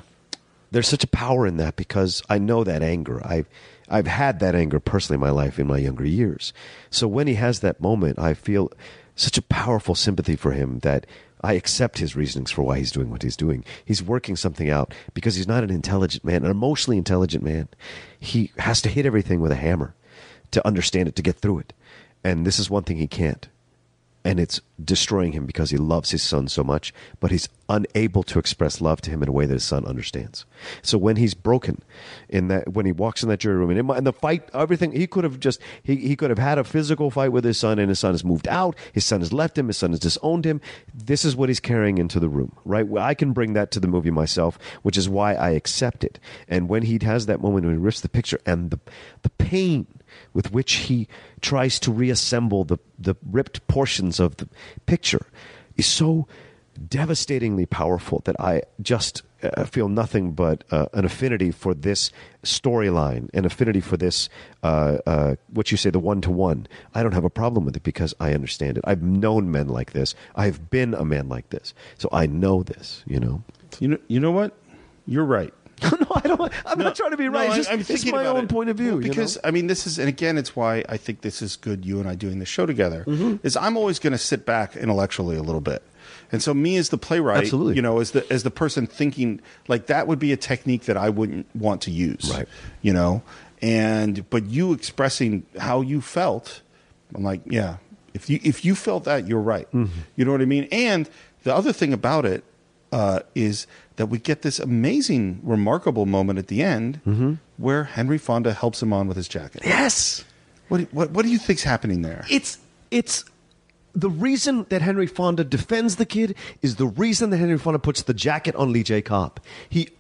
Speaker 5: there's such a power in that because I know that anger. I've I've had that anger personally in my life in my younger years. So when he has that moment, I feel such a powerful sympathy for him that I accept his reasonings for why he's doing what he's doing. He's working something out because he's not an intelligent man, an emotionally intelligent man. He has to hit everything with a hammer to understand it, to get through it. And this is one thing he can't and it's destroying him because he loves his son so much, but he's unable to express love to him in a way that his son understands. So when he's broken, in that when he walks in that jury room and, in, and the fight, everything he could have just he, he could have had a physical fight with his son, and his son has moved out, his son has left him, his son has disowned him. This is what he's carrying into the room, right? Well, I can bring that to the movie myself, which is why I accept it. And when he has that moment when he rips the picture and the the pain with which he tries to reassemble the, the ripped portions of the picture is so devastatingly powerful that I just uh, feel nothing but uh, an affinity for this storyline, an affinity for this, uh, uh, what you say, the one to one. I don't have a problem with it because I understand it. I've known men like this, I've been a man like this. So I know this, you know?
Speaker 1: You know, you know what? You're right.
Speaker 5: *laughs* no, I don't. I'm not trying to be right.
Speaker 1: No, I-
Speaker 5: it's just,
Speaker 1: I'm
Speaker 5: it's
Speaker 1: thinking
Speaker 5: my
Speaker 1: about
Speaker 5: own
Speaker 1: it.
Speaker 5: point of view.
Speaker 1: Well,
Speaker 5: you know?
Speaker 1: because I mean, this is, and again, it's why I think this is good. You and I doing the show together
Speaker 5: Mm-hmm.
Speaker 1: is I'm always going to sit back intellectually a little bit, and so me as the playwright,
Speaker 5: Absolutely.
Speaker 1: you know, as the as the person thinking like that would be a technique that I wouldn't want to use,
Speaker 5: Right.
Speaker 1: You know, and but you expressing how you felt, I'm like, yeah, if you if you felt that, you're right. You know what I mean? And the other thing about it uh, is that we get this amazing, remarkable moment at the end where Henry Fonda helps him on with his jacket.
Speaker 5: yes.
Speaker 1: What, do- what, what do you think's happening there?
Speaker 5: it's it's the reason that Henry Fonda defends the kid is the reason that Henry Fonda puts the jacket on Lee J. Cobb. He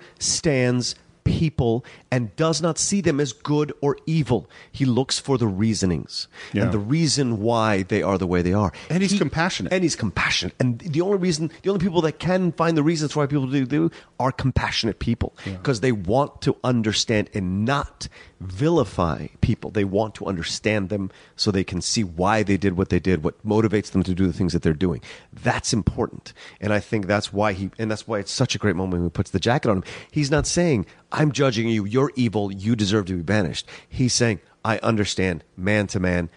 Speaker 5: understands people and does not see them as good or evil. He looks for the reasonings
Speaker 1: Yeah.
Speaker 5: and the reason why they are the way they are.
Speaker 1: And he's
Speaker 5: He-
Speaker 1: compassionate.
Speaker 5: And he's compassionate. And the only reason, the only people that can find the reasons why people do do are compassionate people because they want to understand and not vilify people. They want to understand them so they can see why they did what they did, what motivates them to do the things that they're doing. That's important. And I think that's why he, and that's why it's such a great moment when he puts the jacket on him. He's not saying, I'm judging you, you're evil, you deserve to be banished. He's saying, I understand man to man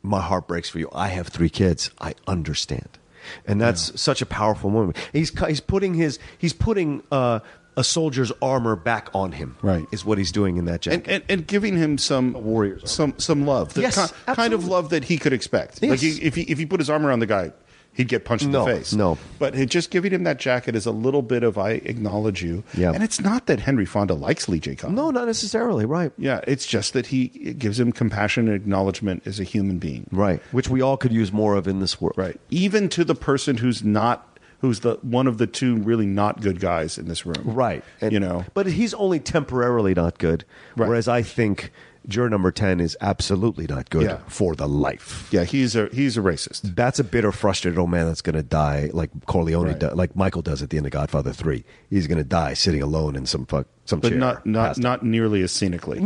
Speaker 5: my heart breaks for you. I have three kids. I understand. And that's such a powerful moment. He's cu- he's putting his he's putting uh, a soldier's armor back on him.
Speaker 1: Right.
Speaker 5: is what he's doing in that jacket.
Speaker 1: and, and, and giving him some
Speaker 5: warrior's
Speaker 1: some some love, the
Speaker 5: Yes,
Speaker 1: ki- kind of
Speaker 5: absolutely.
Speaker 1: love that he could expect. Like
Speaker 5: Yes.
Speaker 1: he, if he if he put his arm around the guy, he'd get punched
Speaker 5: No,
Speaker 1: in the face.
Speaker 5: no.
Speaker 1: but it- just giving him that jacket is a little bit of I acknowledge you.
Speaker 5: Yeah.
Speaker 1: and it's not that Henry Fonda likes Lee J. Cobb.
Speaker 5: no, not necessarily. Right.
Speaker 1: yeah, it's just that he it gives him compassion and acknowledgement as a human being.
Speaker 5: Right. Which we all could use more of in this world.
Speaker 1: right. Even to the person who's not who's the one of the two really not good guys in this room.
Speaker 5: Right. And-
Speaker 1: you know,
Speaker 5: But he's only temporarily not good.
Speaker 1: Right.
Speaker 5: Whereas I think juror number 10 is absolutely not good
Speaker 1: Yeah.
Speaker 5: for the life.
Speaker 1: yeah, he's a he's a racist.
Speaker 5: That's a bitter, frustrated old man that's going to die like Corleone,
Speaker 1: Right.
Speaker 5: do- like Michael does at the end of Godfather 3. He's going to die sitting alone in some fuck, some
Speaker 1: But
Speaker 5: chair.
Speaker 1: not not
Speaker 5: passed
Speaker 1: not nearly as scenically.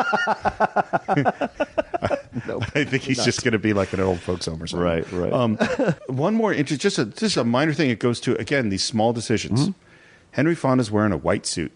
Speaker 1: *laughs*
Speaker 5: out. No.
Speaker 1: I think he's just going to be like an old folks home or something.
Speaker 5: Right, right.
Speaker 1: Um, one more inter just a just a minor thing. It goes to again these small decisions.
Speaker 5: Mm-hmm.
Speaker 1: Henry Fonda's wearing a white suit.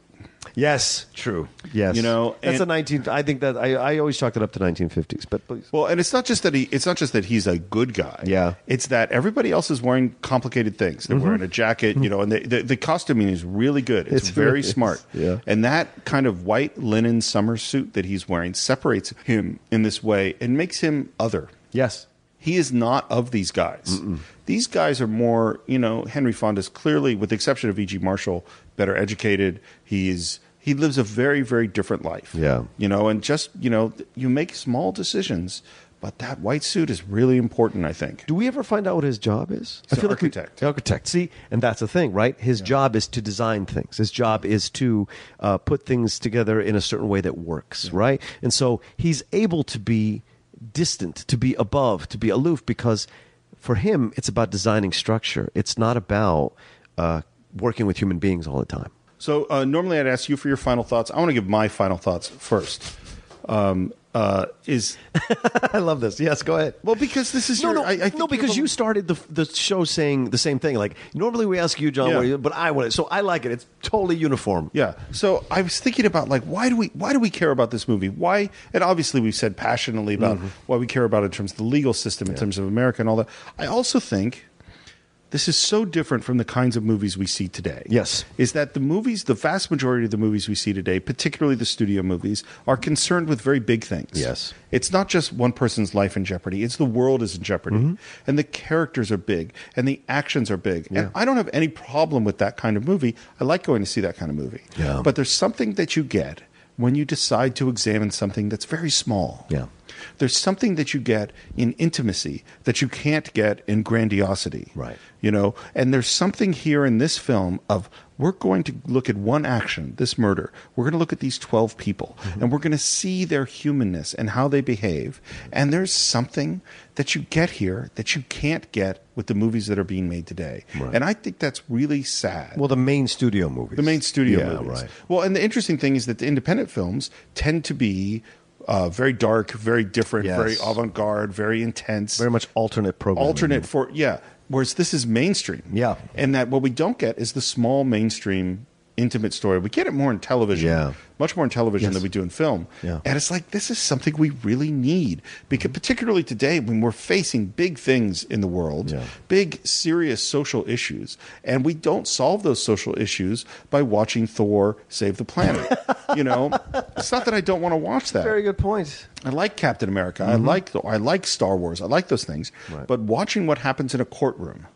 Speaker 5: Yes, true. Yes.
Speaker 1: You know,
Speaker 5: that's
Speaker 1: and-
Speaker 5: a 19 I think that I, I always chalked it up to 1950s, but please.
Speaker 1: Well, and it's not just that he it's not just that he's a good guy.
Speaker 5: Yeah. Mm-hmm.
Speaker 1: It's that everybody else is wearing complicated things. They're wearing a jacket, you know, and the, the, the costuming is really good. It's,
Speaker 5: It's
Speaker 1: very
Speaker 5: really-
Speaker 1: smart.
Speaker 5: yeah.
Speaker 1: And that kind of white linen summer suit that he's wearing separates him in this way and makes him other.
Speaker 5: Yes.
Speaker 1: He is not of these guys. These guys are more, you know, Henry Fonda's clearly, with the exception of E.G. Marshall, better educated. He is he lives a very, very different life.
Speaker 5: Yeah.
Speaker 1: You know, and just, you know, you make small decisions, but that white suit is really important, I think.
Speaker 5: Do we ever find out what his job is?
Speaker 1: He's an
Speaker 5: we-
Speaker 1: architect.
Speaker 5: architect. See, and that's the thing, right? His job is to design things. His job is to uh, put things together in a certain way that works, right? And so he's able to be distant, to be above, to be aloof, because for him, it's about designing structure. It's not about uh, working with human beings all the time. *laughs*
Speaker 1: So uh, normally I'd ask you for your final thoughts. I want to give my final thoughts first. Um, uh, is
Speaker 5: I love this. Yes, go ahead.
Speaker 1: well because this is
Speaker 5: No,
Speaker 1: your,
Speaker 5: no,
Speaker 1: I, I think
Speaker 5: no, because
Speaker 1: the-
Speaker 5: you started the the show saying the same thing. Like normally we ask you, John,
Speaker 1: Yeah.
Speaker 5: what do you- but I want it, so I like it. It's totally uniform.
Speaker 1: Yeah. So I was thinking about like why do we why do we care about this movie? Why and obviously we've said passionately about
Speaker 5: Mm-hmm.
Speaker 1: why we care about it in terms of the legal system, in terms of America and all that. I also think this is so different from the kinds of movies we see today.
Speaker 5: Yes.
Speaker 1: Is that the movies, the vast majority of the movies we see today, particularly the studio movies, are concerned with very big things.
Speaker 5: Yes.
Speaker 1: It's not just one person's life in jeopardy, it's the world is in jeopardy.
Speaker 5: Mm-hmm.
Speaker 1: And the characters are big and the actions are big. And I don't have any problem with that kind of movie. I like going to see that kind of movie.
Speaker 5: Yeah.
Speaker 1: But there's something that you get when you decide to examine something that's very small.
Speaker 5: Yeah.
Speaker 1: There's something that you get in intimacy that you can't get in grandiosity.
Speaker 5: Right.
Speaker 1: You know, and there's something here in this film of we're going to look at one action, this murder. We're going to look at these 12 people
Speaker 5: Mm-hmm.
Speaker 1: and we're going to see their humanness and how they behave. And there's something that you get here that you can't get with the movies that are being made today.
Speaker 5: Right.
Speaker 1: And I think that's really sad.
Speaker 5: Well, the main studio movies.
Speaker 1: The main studio
Speaker 5: yeah,
Speaker 1: movies.
Speaker 5: right.
Speaker 1: Well, and the interesting thing is that the independent films tend to be uh, very dark, very different,
Speaker 5: Yes.
Speaker 1: very avant garde, very intense,
Speaker 5: Very much alternate programming.
Speaker 1: alternate for, yeah. Whereas this is mainstream.
Speaker 5: Yeah.
Speaker 1: And that what we don't get is the small mainstream intimate story. We get it more in television.
Speaker 5: Yeah.
Speaker 1: Much more in television
Speaker 5: Yes.
Speaker 1: than we do in film.
Speaker 5: Yeah.
Speaker 1: And it's like, this is something we really need. Because particularly today when we're facing big things in the world,
Speaker 5: Yeah.
Speaker 1: big serious social issues and we don't solve those social issues by watching thor save the planet you
Speaker 5: *laughs*
Speaker 1: know it's not that i don't want to watch that
Speaker 5: Very good point.
Speaker 1: i like captain america i like Thor. i like star wars i like those things
Speaker 5: Mm-hmm. Right.
Speaker 1: but watching what happens in a courtroom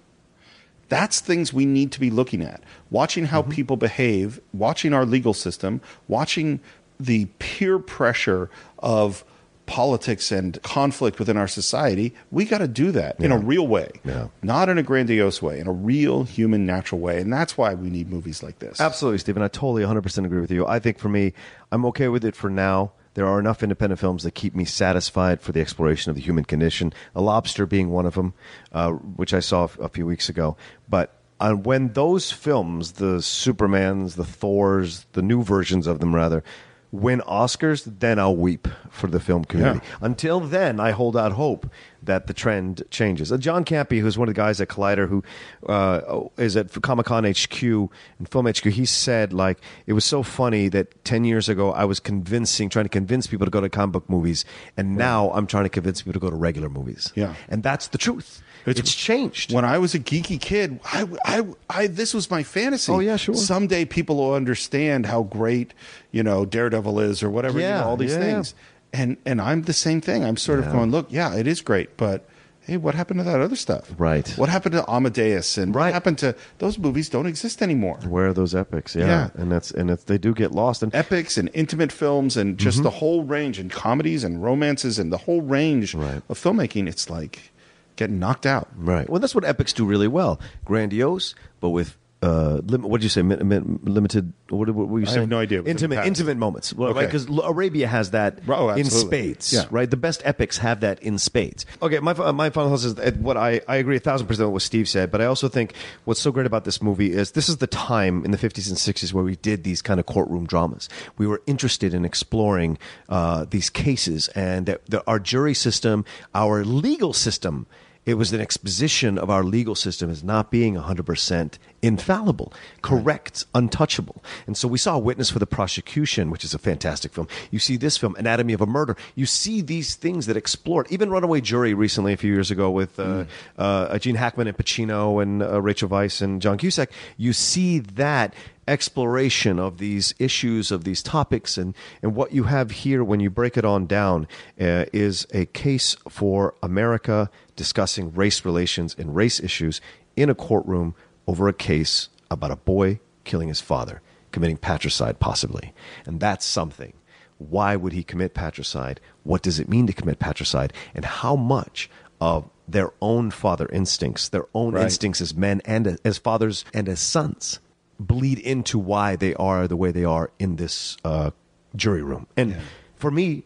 Speaker 1: that's things we need to be looking at watching how
Speaker 5: Mm-hmm.
Speaker 1: people behave watching our legal system watching the peer pressure of politics and conflict within our society we got to do that in a real way
Speaker 5: Yeah.
Speaker 1: not in a grandiose way in a real human natural way and that's why we need movies like this
Speaker 5: Absolutely, Stephen. I totally 100% agree with you. I think for me, I'm okay with it for now. There are enough independent films that keep me satisfied for the exploration of the human condition. A Lobster being one of them, uh, which I saw a few weeks ago. But uh, when those films, the Supermans, the Thors, the new versions of them, rather, win Oscars, then I'll weep for the film community.
Speaker 1: Yeah.
Speaker 5: Until then, I hold out hope that the trend changes. Uh, John Campy, who's one of the guys at Collider, who uh, is at Comic Con HQ and Film HQ, he said like it was so funny that ten years ago I was convincing, trying to convince people to go to comic book movies, and now I'm trying to convince people to go to regular movies.
Speaker 1: Yeah.
Speaker 5: and that's the truth. It's, changed.
Speaker 1: When I was a geeky kid, I, I, I, this was my fantasy.
Speaker 5: Oh, yeah, sure.
Speaker 1: Someday people will understand how great, you know, Daredevil is or whatever, you
Speaker 5: Yeah,
Speaker 1: know, all these
Speaker 5: yeah, yeah.
Speaker 1: things. And, and I'm the same thing. I'm sort of going, look, yeah, it is great, but hey, what happened to that other stuff?
Speaker 5: Right.
Speaker 1: What happened to Amadeus? And
Speaker 5: Right.
Speaker 1: what happened to those movies don't exist anymore.
Speaker 5: Where are those epics? Yeah,
Speaker 1: Yeah.
Speaker 5: and that's and it's, they do get lost. And
Speaker 1: Epics and intimate films and just
Speaker 5: Mm-hmm.
Speaker 1: the whole range and comedies and romances and the whole range
Speaker 5: Right.
Speaker 1: of filmmaking. It's like getting knocked out.
Speaker 5: Right. Well, that's what epics do really well. Grandiose, but with uh, lim- what did you say? Mi- mi- limited. What, what were you
Speaker 1: I
Speaker 5: saying?
Speaker 1: have no idea. It was
Speaker 5: Intimate,
Speaker 1: impact.
Speaker 5: intimate moments. Well,
Speaker 1: Okay.
Speaker 5: Right. Because Arabia has that
Speaker 1: Oh,
Speaker 5: in
Speaker 1: absolutely.
Speaker 5: spades.
Speaker 1: Yeah.
Speaker 5: Right. The best epics have that in spades. Okay. My fi- my final thoughts is that what I I agree a thousand percent with what Steve said, but I also think what's so great about this movie is this is the time in the fifties and sixties where we did these kind of courtroom dramas. We were interested in exploring uh, these cases and that that our jury system, our legal system it was an exposition of our legal system as not being 100% infallible, correct, untouchable. And so we saw Witness for the Prosecution, which is a fantastic film. You see this film, Anatomy of a Murder. You see these things that explore it. Even Runaway Jury recently, a few years ago, with uh, uh, Gene Hackman and Pacino and uh, Rachel Weisz and John Cusack. You see that exploration of these issues of these topics and and what you have here when you break it on down uh, is a case for America discussing race relations and race issues in a courtroom over a case about a boy killing his father committing patricide possibly and that's something why would he commit patricide what does it mean to commit patricide and how much of their own father instincts their own instincts as men and as fathers and as sons bleed into why they are the way they are in this uh, jury room. And for me,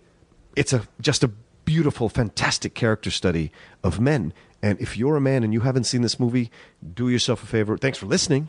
Speaker 5: it's a just a beautiful, fantastic character study of men. And if you're a man and you haven't seen this movie, do yourself a favor. Thanks for listening.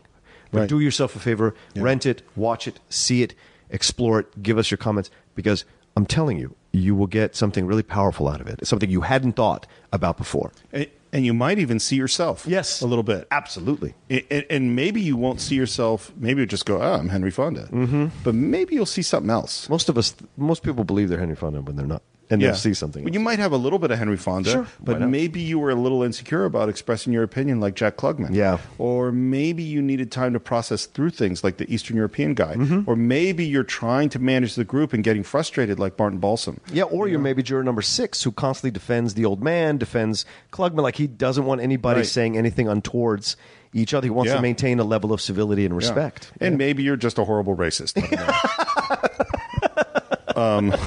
Speaker 5: But
Speaker 1: Right.
Speaker 5: do yourself a favor, rent it, watch it, see it, explore it, give us your comments because I'm telling you, you will get something really powerful out of it. Something you hadn't thought about before.
Speaker 1: And, and you might even see yourself.
Speaker 5: Yes.
Speaker 1: A little bit.
Speaker 5: Absolutely.
Speaker 1: A- and, and maybe you won't see yourself. Maybe you'll just go, "Oh, I'm Henry Fonda," mm-hmm. but maybe you'll see something else.
Speaker 5: Most of us most people believe they're Henry Fonda when they're not. And they'll see something.
Speaker 1: Well,
Speaker 5: else.
Speaker 1: you might have a little bit of Henry Fonda,
Speaker 5: Sure, why
Speaker 1: but
Speaker 5: not?
Speaker 1: maybe you were a little insecure about expressing your opinion, like Jack Klugman.
Speaker 5: Yeah.
Speaker 1: Or maybe you needed time to process through things, like the Eastern European guy.
Speaker 5: Mm-hmm.
Speaker 1: Or maybe you're trying to manage the group and getting frustrated, like Barton Balsam.
Speaker 5: Yeah, or you're maybe juror number six who constantly defends the old man, defends Klugman. Like he doesn't want anybody
Speaker 1: Right.
Speaker 5: saying anything untowards each other. He wants
Speaker 1: Yeah.
Speaker 5: to maintain a level of civility and
Speaker 1: Yeah.
Speaker 5: respect. *laughs*
Speaker 1: And maybe you're just a horrible racist. I don't know.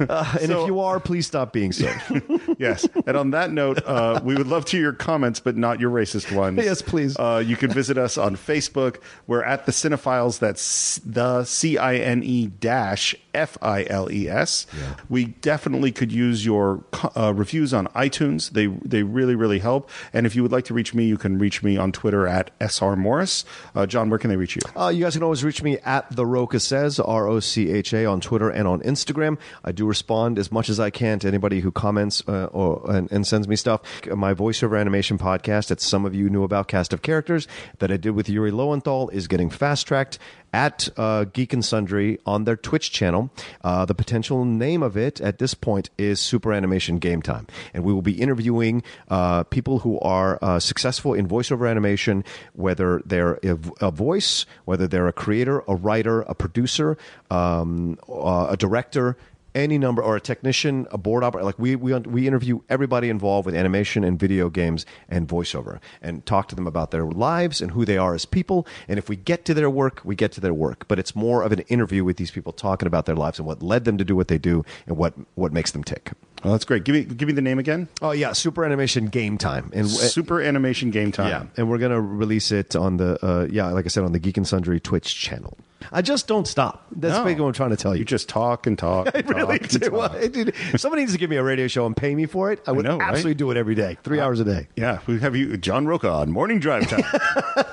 Speaker 5: And if you are, please stop being so.
Speaker 1: *laughs* yes. And on that note, uh, we would love to hear your comments, but not your racist ones.
Speaker 5: Yes, please.
Speaker 1: Uh, you can visit us on Facebook. We're at the Cinephiles. That's the C I N E dash F I L E S. We definitely could use your co- uh, reviews on iTunes. They they really really help. And if you would like to reach me, you can reach me on Twitter at sr morris. Uh, John, where can they reach you?
Speaker 5: Uh, you guys can always reach me at the Roca says R O C H A on Twitter and on Instagram. I do respond as much as I can to anybody who comments uh, or and, and sends me stuff. My voiceover animation podcast that some of you knew about, Cast of Characters, that I did with Yuri Lowenthal, is getting fast tracked at uh, Geek and Sundry on their Twitch channel. Uh, the potential name of it at this point is Super Animation Game Time, and we will be interviewing uh, people who are uh, successful in voiceover animation, whether they're a, a voice, whether they're a creator, a writer, a producer, um, uh, a director. Any number or a technician, a board operator, like we, we we interview everybody involved with animation and video games and voiceover, and talk to them about their lives and who they are as people. And if we get to their work, we get to their work. But it's more of an interview with these people talking about their lives and what led them to do what they do and what what makes them tick.
Speaker 1: Oh, that's great. Give me give me the name again.
Speaker 5: Oh yeah, Super Animation Game Time, and uh,
Speaker 1: Super Animation Game Time.
Speaker 5: yeah, Um, and we're gonna release it on the uh, yeah, like I said, on the Geek and Sundry Twitch channel. I just don't stop. That's
Speaker 1: No.
Speaker 5: basically what I'm trying to tell you.
Speaker 1: You just talk and *laughs* talk.
Speaker 5: I
Speaker 1: and
Speaker 5: really
Speaker 1: talk and
Speaker 5: do.
Speaker 1: talk.
Speaker 5: *laughs* Dude, if somebody needs to give me a radio show and pay me for it. I would
Speaker 1: know, right?
Speaker 5: absolutely do it every day, three hours a day.
Speaker 1: Yeah, we have you, John Roca, on Morning Drive Time.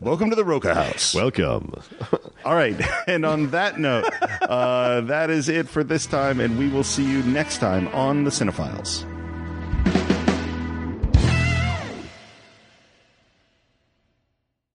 Speaker 1: Welcome to the Roca House.
Speaker 5: Welcome.
Speaker 1: All right. *laughs* And on that note, uh, that is it for this time, and we will see you next time on The Cinephiles.